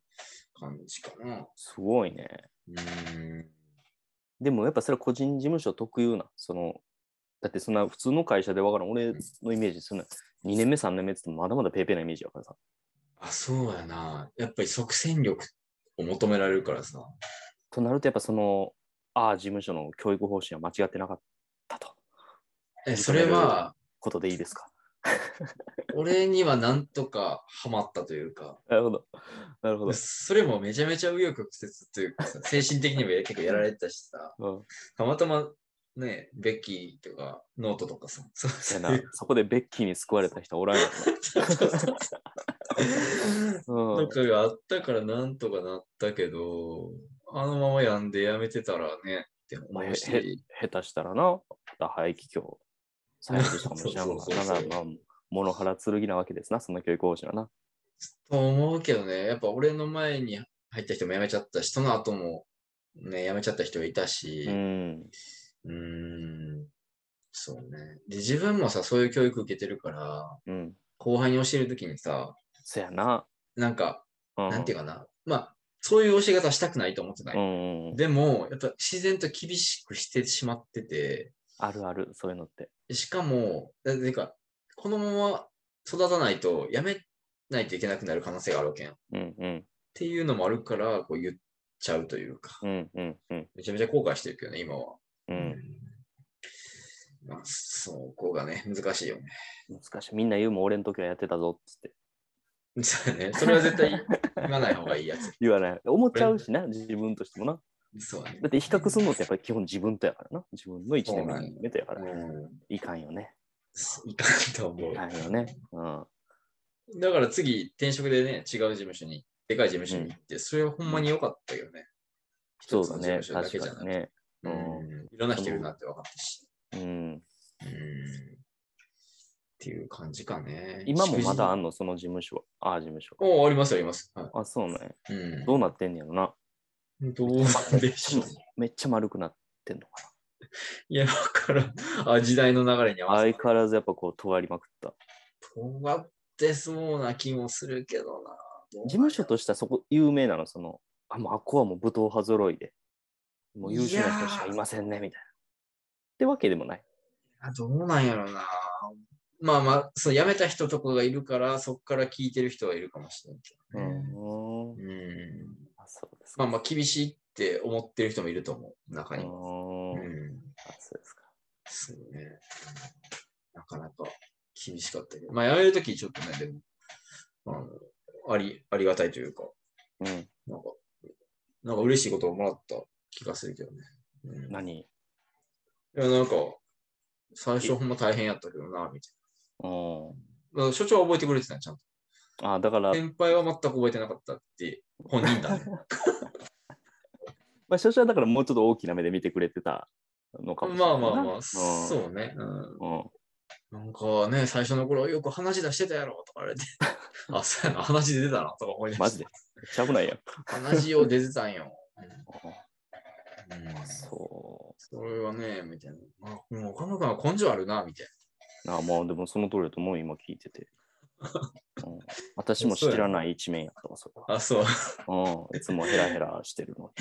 [SPEAKER 3] 感じかな。
[SPEAKER 2] すごいね。
[SPEAKER 3] うん。
[SPEAKER 2] でもやっぱそれは個人事務所特有な。そのだってそんな普通の会社でわからん。俺のイメージ、そんな2年目、3年目って言ってもまだまだペーペーなイメージやからさ。
[SPEAKER 3] あ、そうやな。やっぱり即戦力を求められるからさ。
[SPEAKER 2] となるとやっぱその、ああ、事務所の教育方針は間違ってなかったと
[SPEAKER 3] え、それは、
[SPEAKER 2] ことでいいですか。
[SPEAKER 3] 俺にはなんとかハマったというか、
[SPEAKER 2] なるほど。なるほど。
[SPEAKER 3] それもめちゃめちゃ紆余曲折というかさ、精神的にも結構やられてたしさ、 [LAUGHS]
[SPEAKER 2] うん、
[SPEAKER 3] たまたまね、ベッキーとかノートとかさ、そう
[SPEAKER 2] い
[SPEAKER 3] そ [LAUGHS]
[SPEAKER 2] や
[SPEAKER 3] う
[SPEAKER 2] なそこでベッキーに救われた人おらん
[SPEAKER 3] [LAUGHS]
[SPEAKER 2] やろな。う
[SPEAKER 3] と
[SPEAKER 2] ん、
[SPEAKER 3] かがあったからなんとかなったけど、あのままやんでやめてたらね、って思う
[SPEAKER 2] まあへ
[SPEAKER 3] し、
[SPEAKER 2] 下手したらな、また廃棄教、再発したかもしれんもん
[SPEAKER 3] そうそう
[SPEAKER 2] な。
[SPEAKER 3] そう
[SPEAKER 2] な
[SPEAKER 3] そ
[SPEAKER 2] ら
[SPEAKER 3] う
[SPEAKER 2] まあ、物原剣なわけですな、その教育講師はな。
[SPEAKER 3] と思うけどね、やっぱ俺の前に入った人も辞めちゃったし、その後もね、辞めちゃった人がいたし、
[SPEAKER 2] うん。
[SPEAKER 3] うーんそうね。で、自分もさ、そういう教育受けてるから、
[SPEAKER 2] うん。
[SPEAKER 3] 後輩に教えるときにさ、
[SPEAKER 2] そやな。
[SPEAKER 3] なんか、
[SPEAKER 2] うん、
[SPEAKER 3] なんていうかな、まあ、そういう教え方したくないと思ってない。
[SPEAKER 2] うんうん、
[SPEAKER 3] でも、やっぱ自然と厳しくしてしまってて、
[SPEAKER 2] あるある、そういうのって。
[SPEAKER 3] しかも、ななんか、このまま育たないと、やめないといけなくなる可能性があるわけやん。っ
[SPEAKER 2] うんうん
[SPEAKER 3] ていうのもあるから、こう言っちゃうというか、
[SPEAKER 2] うんうんうん
[SPEAKER 3] めちゃめちゃ後悔してるけどね、今は。
[SPEAKER 2] う。
[SPEAKER 3] うんまあ、そこがね、難しいよね。 [LAUGHS]
[SPEAKER 2] 難しい。みんな言うもん俺の時はやってたぞっつって
[SPEAKER 3] そうね。それは絶対言わない方がいいやつ。
[SPEAKER 2] 言わない。思っちゃうしな、自分としてもな。
[SPEAKER 3] そうね。
[SPEAKER 2] だって比較するのってやっぱり基本自分とやからな。自分の1
[SPEAKER 3] そう
[SPEAKER 2] 年
[SPEAKER 3] なん
[SPEAKER 2] 目とやから。
[SPEAKER 3] うん。
[SPEAKER 2] いかんよね。
[SPEAKER 3] いかんと思。
[SPEAKER 2] いうかんよね。うん。
[SPEAKER 3] だから次、転職でね、違う事務所に、でかい事務所に行って、それはほんまに良かったよね。一
[SPEAKER 2] そう
[SPEAKER 3] つ
[SPEAKER 2] だ
[SPEAKER 3] の
[SPEAKER 2] ね。
[SPEAKER 3] 事務所だけ
[SPEAKER 2] 確
[SPEAKER 3] じゃ
[SPEAKER 2] か
[SPEAKER 3] なく
[SPEAKER 2] にね。
[SPEAKER 3] う。
[SPEAKER 2] うん
[SPEAKER 3] いろんな人いるなって分かったし。
[SPEAKER 2] うん。
[SPEAKER 3] うん。っていう感じかね。
[SPEAKER 2] 今もまだあ
[SPEAKER 3] の
[SPEAKER 2] んの、その事務所。ああ、事務所。
[SPEAKER 3] おありますあります。は
[SPEAKER 2] あ、そうね。
[SPEAKER 3] い。うん。
[SPEAKER 2] どうなってんねやろな。
[SPEAKER 3] どうなんでしょう。
[SPEAKER 2] [LAUGHS] めっちゃ丸くなってんのか
[SPEAKER 3] いや、だから、あ時代の流れに合
[SPEAKER 2] な。
[SPEAKER 3] わせ
[SPEAKER 2] 相
[SPEAKER 3] て。
[SPEAKER 2] 変わらずやっぱこう、とわりまくった。
[SPEAKER 3] とがってそうな気もするけどな。どうなんやろ
[SPEAKER 2] 事務所としてはそこ有名なの、その、あ、もうあっこはもう武闘派揃いで、もう優秀な人しかいませんね、みたいな。ってわけでもない。
[SPEAKER 3] あどうなんやろな。まあまあ、そう辞めた人とかがいるから、そこから聞いてる人はいるかもしれないけ
[SPEAKER 2] う
[SPEAKER 3] どね。
[SPEAKER 2] ん。
[SPEAKER 3] うん。
[SPEAKER 2] あそうです
[SPEAKER 3] ま
[SPEAKER 2] か。
[SPEAKER 3] あまあ、厳しいって思ってる人もいると思う、中には。う
[SPEAKER 2] うん。
[SPEAKER 3] ん。
[SPEAKER 2] あそうですか。
[SPEAKER 3] そうね。なかなか厳しかったけど。まあ、辞めるときちょっとね、でも、あの、あり、ありがたいというか、
[SPEAKER 2] うん。
[SPEAKER 3] なんか、なんか嬉しいことをもらった気がするけどね。うん、
[SPEAKER 2] 何
[SPEAKER 3] いや、なんか、最初ほんま大変やったけどな、みたい
[SPEAKER 2] うん。
[SPEAKER 3] な。まあ所長は覚えてくれてたよちゃんと。
[SPEAKER 2] あ、だから、
[SPEAKER 3] 先輩は全く覚えてなかったって本人だね。
[SPEAKER 2] まあ、少々はだからもうちょっと大きな目で見てくれてたの [LAUGHS] かもしれ
[SPEAKER 3] ま
[SPEAKER 2] な
[SPEAKER 3] あ
[SPEAKER 2] い
[SPEAKER 3] ま
[SPEAKER 2] な。
[SPEAKER 3] あまあ、
[SPEAKER 2] う
[SPEAKER 3] そうね。うん
[SPEAKER 2] ん。うん。
[SPEAKER 3] なんかね、最初の頃よく話出してたやろとか言 [LAUGHS] われて、あ、そうやな、話出てたなとか思い出して。
[SPEAKER 2] マジで。。めっちゃ危ないやん。
[SPEAKER 3] 話を出てたん [LAUGHS] よ。うん
[SPEAKER 2] そ。
[SPEAKER 3] それはね、みたいな。あ、もう岡野君は根性あるな、みたいう
[SPEAKER 2] あまあ、でもその通りだと思う、今聞いてて。うん、私も知らない一面やったわ、それは。
[SPEAKER 3] な。あ、そう。
[SPEAKER 2] うん、いつもヘラヘラしてるのに。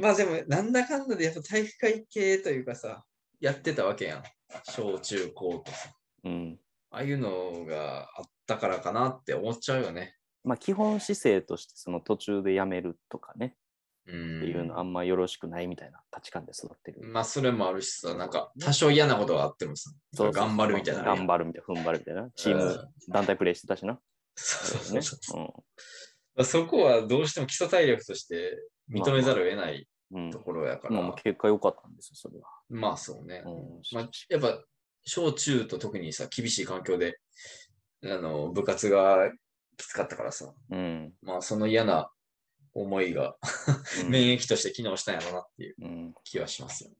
[SPEAKER 3] まあでも、なんだかんだでやっぱ体育会系というかさ、やってたわけやん。小中高とさ。
[SPEAKER 2] うん。
[SPEAKER 3] ああいうのがあったからかなって思っちゃうよね。
[SPEAKER 2] まあ、基本姿勢として、その途中でやめるとかね、
[SPEAKER 3] うん。
[SPEAKER 2] っていうのあんまよろしくないみたいな価値観で育ってる。
[SPEAKER 3] まあ、それもあるしさ、なんか、多少嫌なことがあってもさ、
[SPEAKER 2] そうそう
[SPEAKER 3] 頑張るみたいなね。
[SPEAKER 2] 頑張るみたいな、踏ん張るみたいな。チー
[SPEAKER 3] うん
[SPEAKER 2] ム、団体プレーしてたしな。
[SPEAKER 3] そうそう
[SPEAKER 2] ね
[SPEAKER 3] そう。まあそこはどうしても基礎体力として認めざるを得ない
[SPEAKER 2] うん。うん
[SPEAKER 3] ところやから、
[SPEAKER 2] まあ、
[SPEAKER 3] ま
[SPEAKER 2] も
[SPEAKER 3] あ
[SPEAKER 2] う、結果良かったんですよ、それは。
[SPEAKER 3] そうね。
[SPEAKER 2] うん
[SPEAKER 3] まあ、やっぱ、小中と特にさ、厳しい環境で、あの、部活がきつかったからさ、
[SPEAKER 2] うん。
[SPEAKER 3] まあ、その嫌な思いが、
[SPEAKER 2] うん
[SPEAKER 3] 免疫として機能したんやろなっていう
[SPEAKER 2] うん
[SPEAKER 3] 気はしますよね。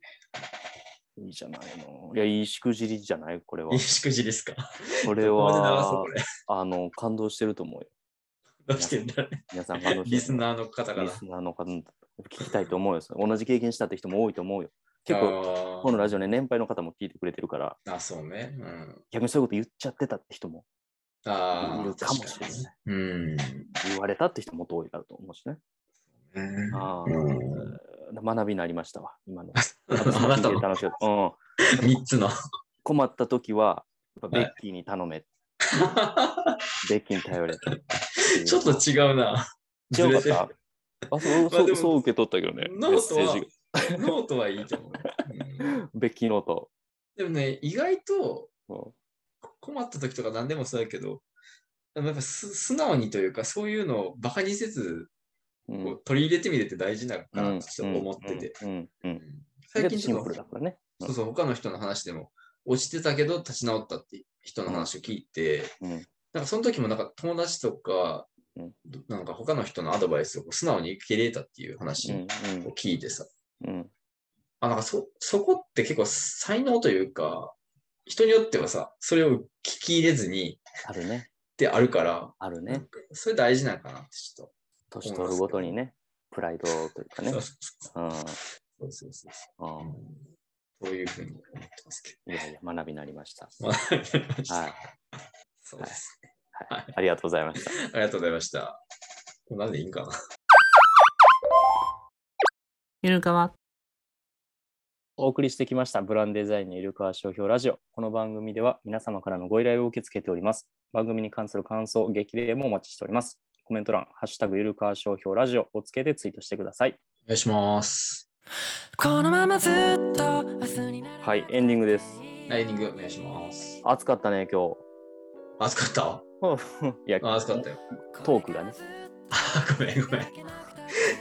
[SPEAKER 2] いいじゃないの。いや、いいしくじりじゃない、これは
[SPEAKER 3] 飲。食事ですか
[SPEAKER 2] これ
[SPEAKER 3] ここまで流そう、
[SPEAKER 2] は
[SPEAKER 3] こ、れ。
[SPEAKER 2] あの、感動してると思うよ。
[SPEAKER 3] どうしてんだろうね
[SPEAKER 2] 皆さん感動してる。
[SPEAKER 3] リスナーの方から
[SPEAKER 2] リ。スナーの方、聞きたいと思うよ。同じ経験したって人も多いと思うよ。結構、
[SPEAKER 3] 構
[SPEAKER 2] このラジオね、年配の方も聞いてくれてるから、
[SPEAKER 3] あ、そうね。うん。
[SPEAKER 2] 逆にそういうこと言っちゃってたって人も
[SPEAKER 3] ああ、
[SPEAKER 2] いるかもしれ
[SPEAKER 3] 確かにね
[SPEAKER 2] ない。
[SPEAKER 3] うん。
[SPEAKER 2] 言われたって人も多いだろうと思うしね。
[SPEAKER 3] うん
[SPEAKER 2] ああ
[SPEAKER 3] うん
[SPEAKER 2] 学びになりましたわ、
[SPEAKER 3] [LAUGHS]
[SPEAKER 2] 今の。
[SPEAKER 3] あなたの
[SPEAKER 2] 楽しかったうん、
[SPEAKER 3] [LAUGHS] 3つ
[SPEAKER 2] [LAUGHS]
[SPEAKER 3] の。
[SPEAKER 2] 困った時は、やっぱベッキーに頼め、ベッキーに頼れ。
[SPEAKER 3] ちょっと違うな。
[SPEAKER 2] 違
[SPEAKER 3] ず
[SPEAKER 2] うか
[SPEAKER 3] れ
[SPEAKER 2] って
[SPEAKER 3] る
[SPEAKER 2] た。あそう
[SPEAKER 3] まあ
[SPEAKER 2] そ
[SPEAKER 3] で
[SPEAKER 2] う
[SPEAKER 3] も
[SPEAKER 2] そう受け取ったけどね。
[SPEAKER 3] ノート
[SPEAKER 2] メッセー
[SPEAKER 3] は
[SPEAKER 2] ジ、
[SPEAKER 3] ノートはいいと思う。うん
[SPEAKER 2] ベッキーノート。
[SPEAKER 3] でもね、意外と
[SPEAKER 2] うん
[SPEAKER 3] 困った時とか何でもそうだけど、でもやっぱす素直にというか、そういうのをバカにせず、
[SPEAKER 2] う
[SPEAKER 3] こ
[SPEAKER 2] ん
[SPEAKER 3] う取り入れてみるって大事なのか
[SPEAKER 2] う
[SPEAKER 3] なんってちょっと思ってて。
[SPEAKER 2] うんうん
[SPEAKER 3] うん
[SPEAKER 2] 最
[SPEAKER 3] 最近
[SPEAKER 2] 近シ
[SPEAKER 3] ち
[SPEAKER 2] ン
[SPEAKER 3] ょっ
[SPEAKER 2] プルだ
[SPEAKER 3] と、
[SPEAKER 2] からね。
[SPEAKER 3] そうそう、他の人の話でも、落ちてたけど立ち直ったって人の話を聞いて、
[SPEAKER 2] うん
[SPEAKER 3] なんかその時もなんか友達とか
[SPEAKER 2] うん、
[SPEAKER 3] なんか他の人のアドバイスをこう素直に受け入れたっていう話
[SPEAKER 2] う
[SPEAKER 3] を
[SPEAKER 2] んうん
[SPEAKER 3] 聞いてさ、
[SPEAKER 2] うん
[SPEAKER 3] あ、なんかそ、そこって結構才能というか、人によってはさ、それを聞き入れずに
[SPEAKER 2] あるね。
[SPEAKER 3] ってあるから、
[SPEAKER 2] あ
[SPEAKER 3] な
[SPEAKER 2] る
[SPEAKER 3] ん
[SPEAKER 2] ね
[SPEAKER 3] か。それ大事なんかなってちょっ
[SPEAKER 2] 年取るごとにね、プライドという
[SPEAKER 3] と。
[SPEAKER 2] かね
[SPEAKER 3] そう。そ
[SPEAKER 2] うん
[SPEAKER 3] うそうそう
[SPEAKER 2] う
[SPEAKER 3] そう。
[SPEAKER 2] ん
[SPEAKER 3] そういうふうに思ってますけ
[SPEAKER 2] いやいや、学びになりました。
[SPEAKER 3] ど。まあ
[SPEAKER 2] はい。
[SPEAKER 3] [LAUGHS] そうです。
[SPEAKER 2] はいありがとうございました。
[SPEAKER 3] ありがとうございました。こんなんでいいんかな。
[SPEAKER 4] ゆるかわ
[SPEAKER 2] お送りしてきましたブランドデザインのゆるかわ商標ラジオ。この番組では皆様からのご依頼を受け付けております。番組に関する感想、激励もお待ちしております。コメント欄、ハッシュタグゆるかわ商標ラジオをつけてツイートしてください。
[SPEAKER 3] お願いします。
[SPEAKER 4] このままずっと明日になる
[SPEAKER 2] はい、エンディングです。
[SPEAKER 3] ライディングお願いします。
[SPEAKER 2] 暑かったね、今
[SPEAKER 3] 暑かった
[SPEAKER 2] 日。いや、
[SPEAKER 3] あ暑かったよ。
[SPEAKER 2] トークがね。
[SPEAKER 3] あ [LAUGHS] ごめんごめん。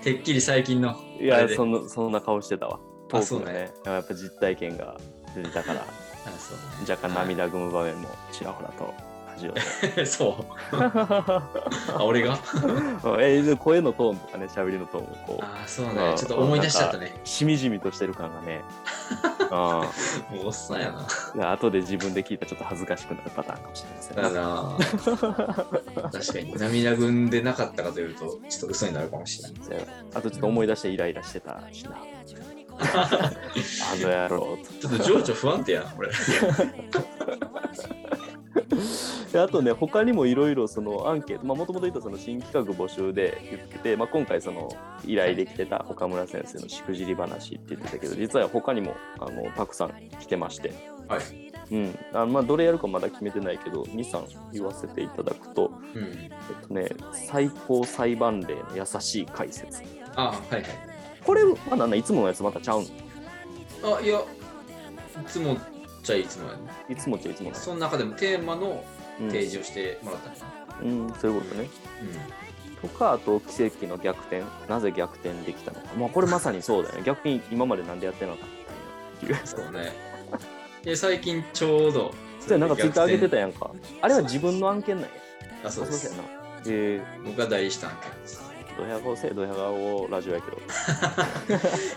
[SPEAKER 3] てっきり最近の。
[SPEAKER 2] い
[SPEAKER 3] あ
[SPEAKER 2] や
[SPEAKER 3] れ、で
[SPEAKER 2] そのそんな顔してたわ。ト
[SPEAKER 3] あ
[SPEAKER 2] ークがね、やっぱ実体験が出てたから、
[SPEAKER 3] あ、そう
[SPEAKER 2] 若干涙ぐむ場面もちらほらとラジオで。 [LAUGHS]
[SPEAKER 3] ね。 [LAUGHS] そう。あ、俺が
[SPEAKER 2] えで声のトーンとかね、喋りのトーンもこう、
[SPEAKER 3] あ、そう
[SPEAKER 2] あ
[SPEAKER 3] ね。ちょっと思い出しちゃったね。
[SPEAKER 2] しみじみとしてる感
[SPEAKER 3] [LAUGHS]
[SPEAKER 2] がね、あ
[SPEAKER 3] もうおっさんやな。
[SPEAKER 2] あ後で自分で聞いたらちょっと恥ずかしくなるパターンかもしれません
[SPEAKER 3] だな。 [LAUGHS] 確かに。涙ぐんでなかったかというと、ちょっと嘘になるかもしれない。
[SPEAKER 2] ね。あとちょっと思い出してイライラしてたしな。あの野郎
[SPEAKER 3] ち
[SPEAKER 2] と。
[SPEAKER 3] ょっと情緒不安定やな、俺。
[SPEAKER 2] であとね他にもいろいろそのアンケートもともと言ったその新企画募集で言ってて、まあ、今回その依頼できてた岡村先生のしくじり話って言ってたけど実は他にもあのたくさん来てまして、
[SPEAKER 3] はい。
[SPEAKER 2] うんあまあ、どれやるかまだ決めてないけど23言わせていただくと、
[SPEAKER 3] うん。
[SPEAKER 2] えっとね、最高裁判例の優しい解説
[SPEAKER 3] あ、はいはい。
[SPEAKER 2] これまだねいつものやつまたちゃうん
[SPEAKER 3] あ、いや、いつもじゃいつもやね。
[SPEAKER 2] いつもちゃいつもの、
[SPEAKER 3] その中でもテーマの
[SPEAKER 2] うん
[SPEAKER 3] 提示をしてもらったんですね
[SPEAKER 2] うん、そういうことね
[SPEAKER 3] う
[SPEAKER 2] とかあと奇跡の逆転なぜ逆転できたのか、まあ、これまさにそうだよね逆に今までなんでやってなかったんや
[SPEAKER 3] ん。そうね。で、最近ちょうど。
[SPEAKER 2] そうやなんかツイッター上げてたやんかあれは自分の案件なんや
[SPEAKER 3] あ、そうです
[SPEAKER 2] や。なえ
[SPEAKER 3] 僕が代理した案件です。
[SPEAKER 2] ー、ドヤ顔せえドヤ顔ラジオやけど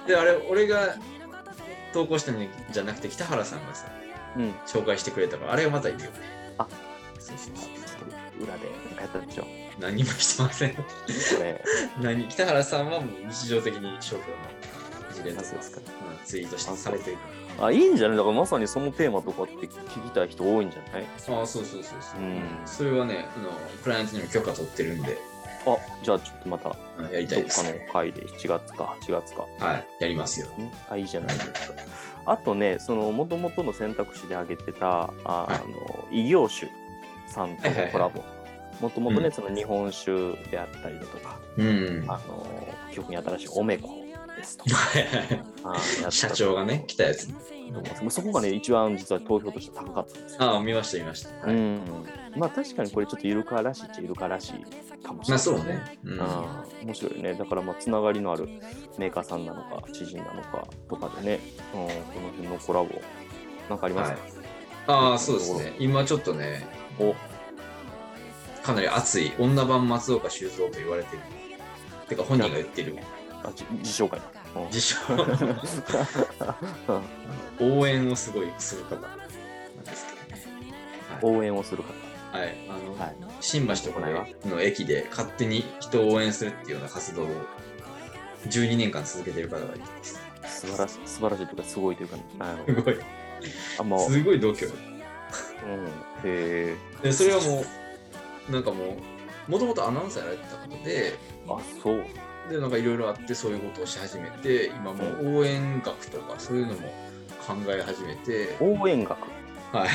[SPEAKER 3] で、あれ、俺が投稿したんじゃなくて、北原さんがさ、
[SPEAKER 2] うん
[SPEAKER 3] 紹介してくれたから、あれがまたいるよね。
[SPEAKER 2] あ
[SPEAKER 3] そうそうそう。
[SPEAKER 2] 裏でなんかやったでしょ
[SPEAKER 3] 何もしてません。 [LAUGHS]
[SPEAKER 2] これ
[SPEAKER 3] 何北原さんはもう日常的に商標の事例とか
[SPEAKER 2] そうですか
[SPEAKER 3] うんツイートしてされてるか
[SPEAKER 2] あいいんじゃないだからまさにそのテーマとかって聞きたい人多いんじゃない
[SPEAKER 3] ら。ああ、そうそうそうそう、
[SPEAKER 2] うん
[SPEAKER 3] それはねあの、クライアントにも許可取ってるんで、
[SPEAKER 2] あじゃあちょっとまたどっ
[SPEAKER 3] うんやりた
[SPEAKER 2] か
[SPEAKER 3] いです。
[SPEAKER 2] の回で7月か8月か
[SPEAKER 3] はい、やりますよ。
[SPEAKER 2] ねあいいじゃないですか。あとねその元々の選択肢で挙げてたあ
[SPEAKER 3] はい
[SPEAKER 2] あの異業種さんとのコラボもともと
[SPEAKER 3] う
[SPEAKER 2] ね
[SPEAKER 3] ん
[SPEAKER 2] その日本酒であったりだとか、
[SPEAKER 3] うん。
[SPEAKER 2] あの記憶に新しいおめこですとかあーやった
[SPEAKER 3] 社長がね、来たやつ。
[SPEAKER 2] もうそこがね一番実は投票として高かったんですよ。
[SPEAKER 3] ああ、見ました、見ました。は
[SPEAKER 2] う
[SPEAKER 3] い、
[SPEAKER 2] ん、まあ確かにこれちょっとゆるからしいっちゃゆるからしいかもしれ
[SPEAKER 3] まあ、
[SPEAKER 2] ない
[SPEAKER 3] そうね。うん、
[SPEAKER 2] あー面白いねだからまあつながりのあるメーカーさんなのか知人なのかとかでね、うん、この辺のコラボなんかありますか、
[SPEAKER 3] ああ、そうですね。今ちょっとね、
[SPEAKER 2] お
[SPEAKER 3] かなり熱い女版松岡修造と言われてる。てか、本人が言ってる。
[SPEAKER 2] あじ自紹介うん
[SPEAKER 3] 自 [LAUGHS] 称応援をすごいする方なんですけどね。
[SPEAKER 2] 応援をする方
[SPEAKER 3] はい、あの、
[SPEAKER 2] はい
[SPEAKER 3] 新橋とかの駅で勝手に人を応援するっていうような活動を12年間続けてる方がいてす。
[SPEAKER 2] 素晴らしい素晴らしいというかすごいというか、ね、あの
[SPEAKER 3] すごい、
[SPEAKER 2] あんま、うん、
[SPEAKER 3] すごい度胸。
[SPEAKER 2] へえ
[SPEAKER 3] で、それはもう、なんかもう、もともとアナウンサーやられてたことで、
[SPEAKER 2] あそう
[SPEAKER 3] で、なんかいろいろあってそういうことをし始めて、今もう応援学とかそういうのも考え始めて、 [LAUGHS]
[SPEAKER 2] 応援学
[SPEAKER 3] はい、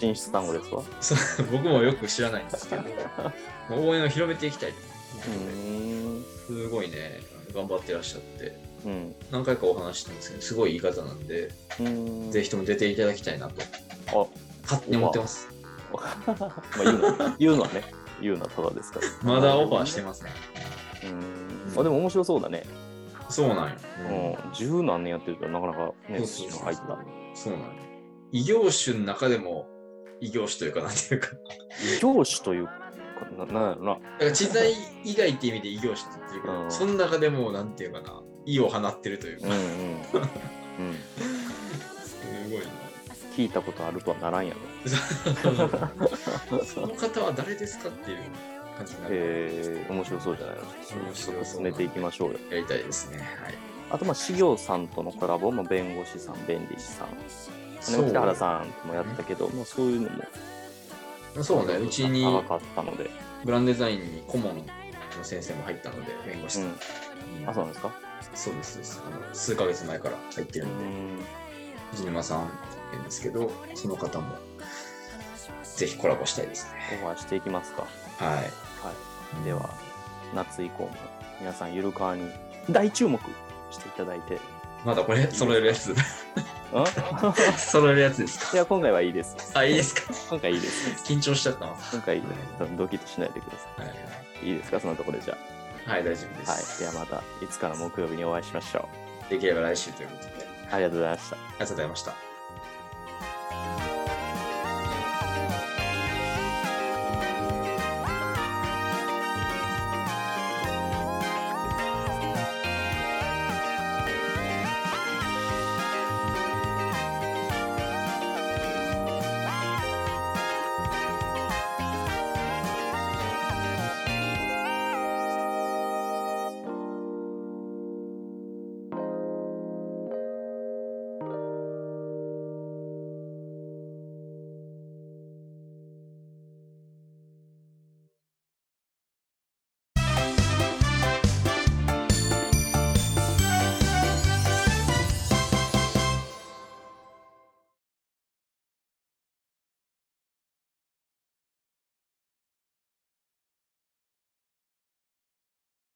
[SPEAKER 2] 進出単語ですわ
[SPEAKER 3] そう僕もよく知らないんですけど、応援を広めていきたい。
[SPEAKER 2] うーん
[SPEAKER 3] すごいね、頑張ってらっしゃって。
[SPEAKER 2] うん。
[SPEAKER 3] 何回かお話ししたんですけど、すごい言い方なんで、
[SPEAKER 2] うん
[SPEAKER 3] ぜひとも出ていただきたいなと、
[SPEAKER 2] あ
[SPEAKER 3] 勝手に思ってます。
[SPEAKER 2] まあ言うの言うのはね、言うのはただですから。
[SPEAKER 3] まだオファーしてますね。
[SPEAKER 2] うん。あでも面白そうだね。
[SPEAKER 3] そうなんよ。
[SPEAKER 2] うん。十何年やってるからなかなかね、
[SPEAKER 3] そうそうそう
[SPEAKER 2] 入った。
[SPEAKER 3] そうなんよ。異業種の中でも、異業種というか、なんていうか、
[SPEAKER 2] 異業種というか、ななんやろな。
[SPEAKER 3] だから知財以外って意味で異業種って言ってるけど、
[SPEAKER 2] うん
[SPEAKER 3] その中でも、なんていうかな、意を放ってるという
[SPEAKER 2] う
[SPEAKER 3] か、
[SPEAKER 2] んうん。うん、
[SPEAKER 3] す
[SPEAKER 2] [LAUGHS]
[SPEAKER 3] ごいな。
[SPEAKER 2] 聞いたことあるとはならんやろ。
[SPEAKER 3] その方は誰ですかっていう感じになる、
[SPEAKER 2] えー、面白そうじゃないの。
[SPEAKER 3] 面白そう
[SPEAKER 2] 進めていきましょうよ。
[SPEAKER 3] やりたいですね。はい。
[SPEAKER 2] あと、まあ、修行さんとのコラボも弁護士さん、弁理士さん、
[SPEAKER 3] そう
[SPEAKER 2] ね、北原さんともやったけど、もうそういうのも
[SPEAKER 3] そうね、うちに
[SPEAKER 2] 長かったので、
[SPEAKER 3] ブランデザインに顧問の先生も入ったので、弁護士
[SPEAKER 2] う
[SPEAKER 3] さん。
[SPEAKER 2] ん、あ、そうなんですか。
[SPEAKER 3] そうですそうですあの。数ヶ月前から入ってる
[SPEAKER 2] うん
[SPEAKER 3] で、
[SPEAKER 2] ん、
[SPEAKER 3] 藤沼さんなんですけど、その方も [LAUGHS] ぜひコラボしたいですね。
[SPEAKER 2] オファーしていきますか。
[SPEAKER 3] は
[SPEAKER 2] はい、では、夏以降も皆さん、ゆるかわに大注目していただいて。ん
[SPEAKER 3] い。まだこれ、揃えるやつ、揃えるやつですか
[SPEAKER 2] いや、今回はいいです。
[SPEAKER 3] あ、いいですか
[SPEAKER 2] 今回いいです。
[SPEAKER 3] 緊張しちゃったわ。
[SPEAKER 2] 今回いいです。ドキッとしないでくださ
[SPEAKER 3] はい、
[SPEAKER 2] い。いいですか、そのところでじゃあ。
[SPEAKER 3] はい、大丈夫で
[SPEAKER 2] はい、
[SPEAKER 3] す。
[SPEAKER 2] ではまたいつかの木曜日にお会いしましょう。
[SPEAKER 3] できれば来週ということで、あり
[SPEAKER 2] ありがとうございました。
[SPEAKER 3] がとうございました。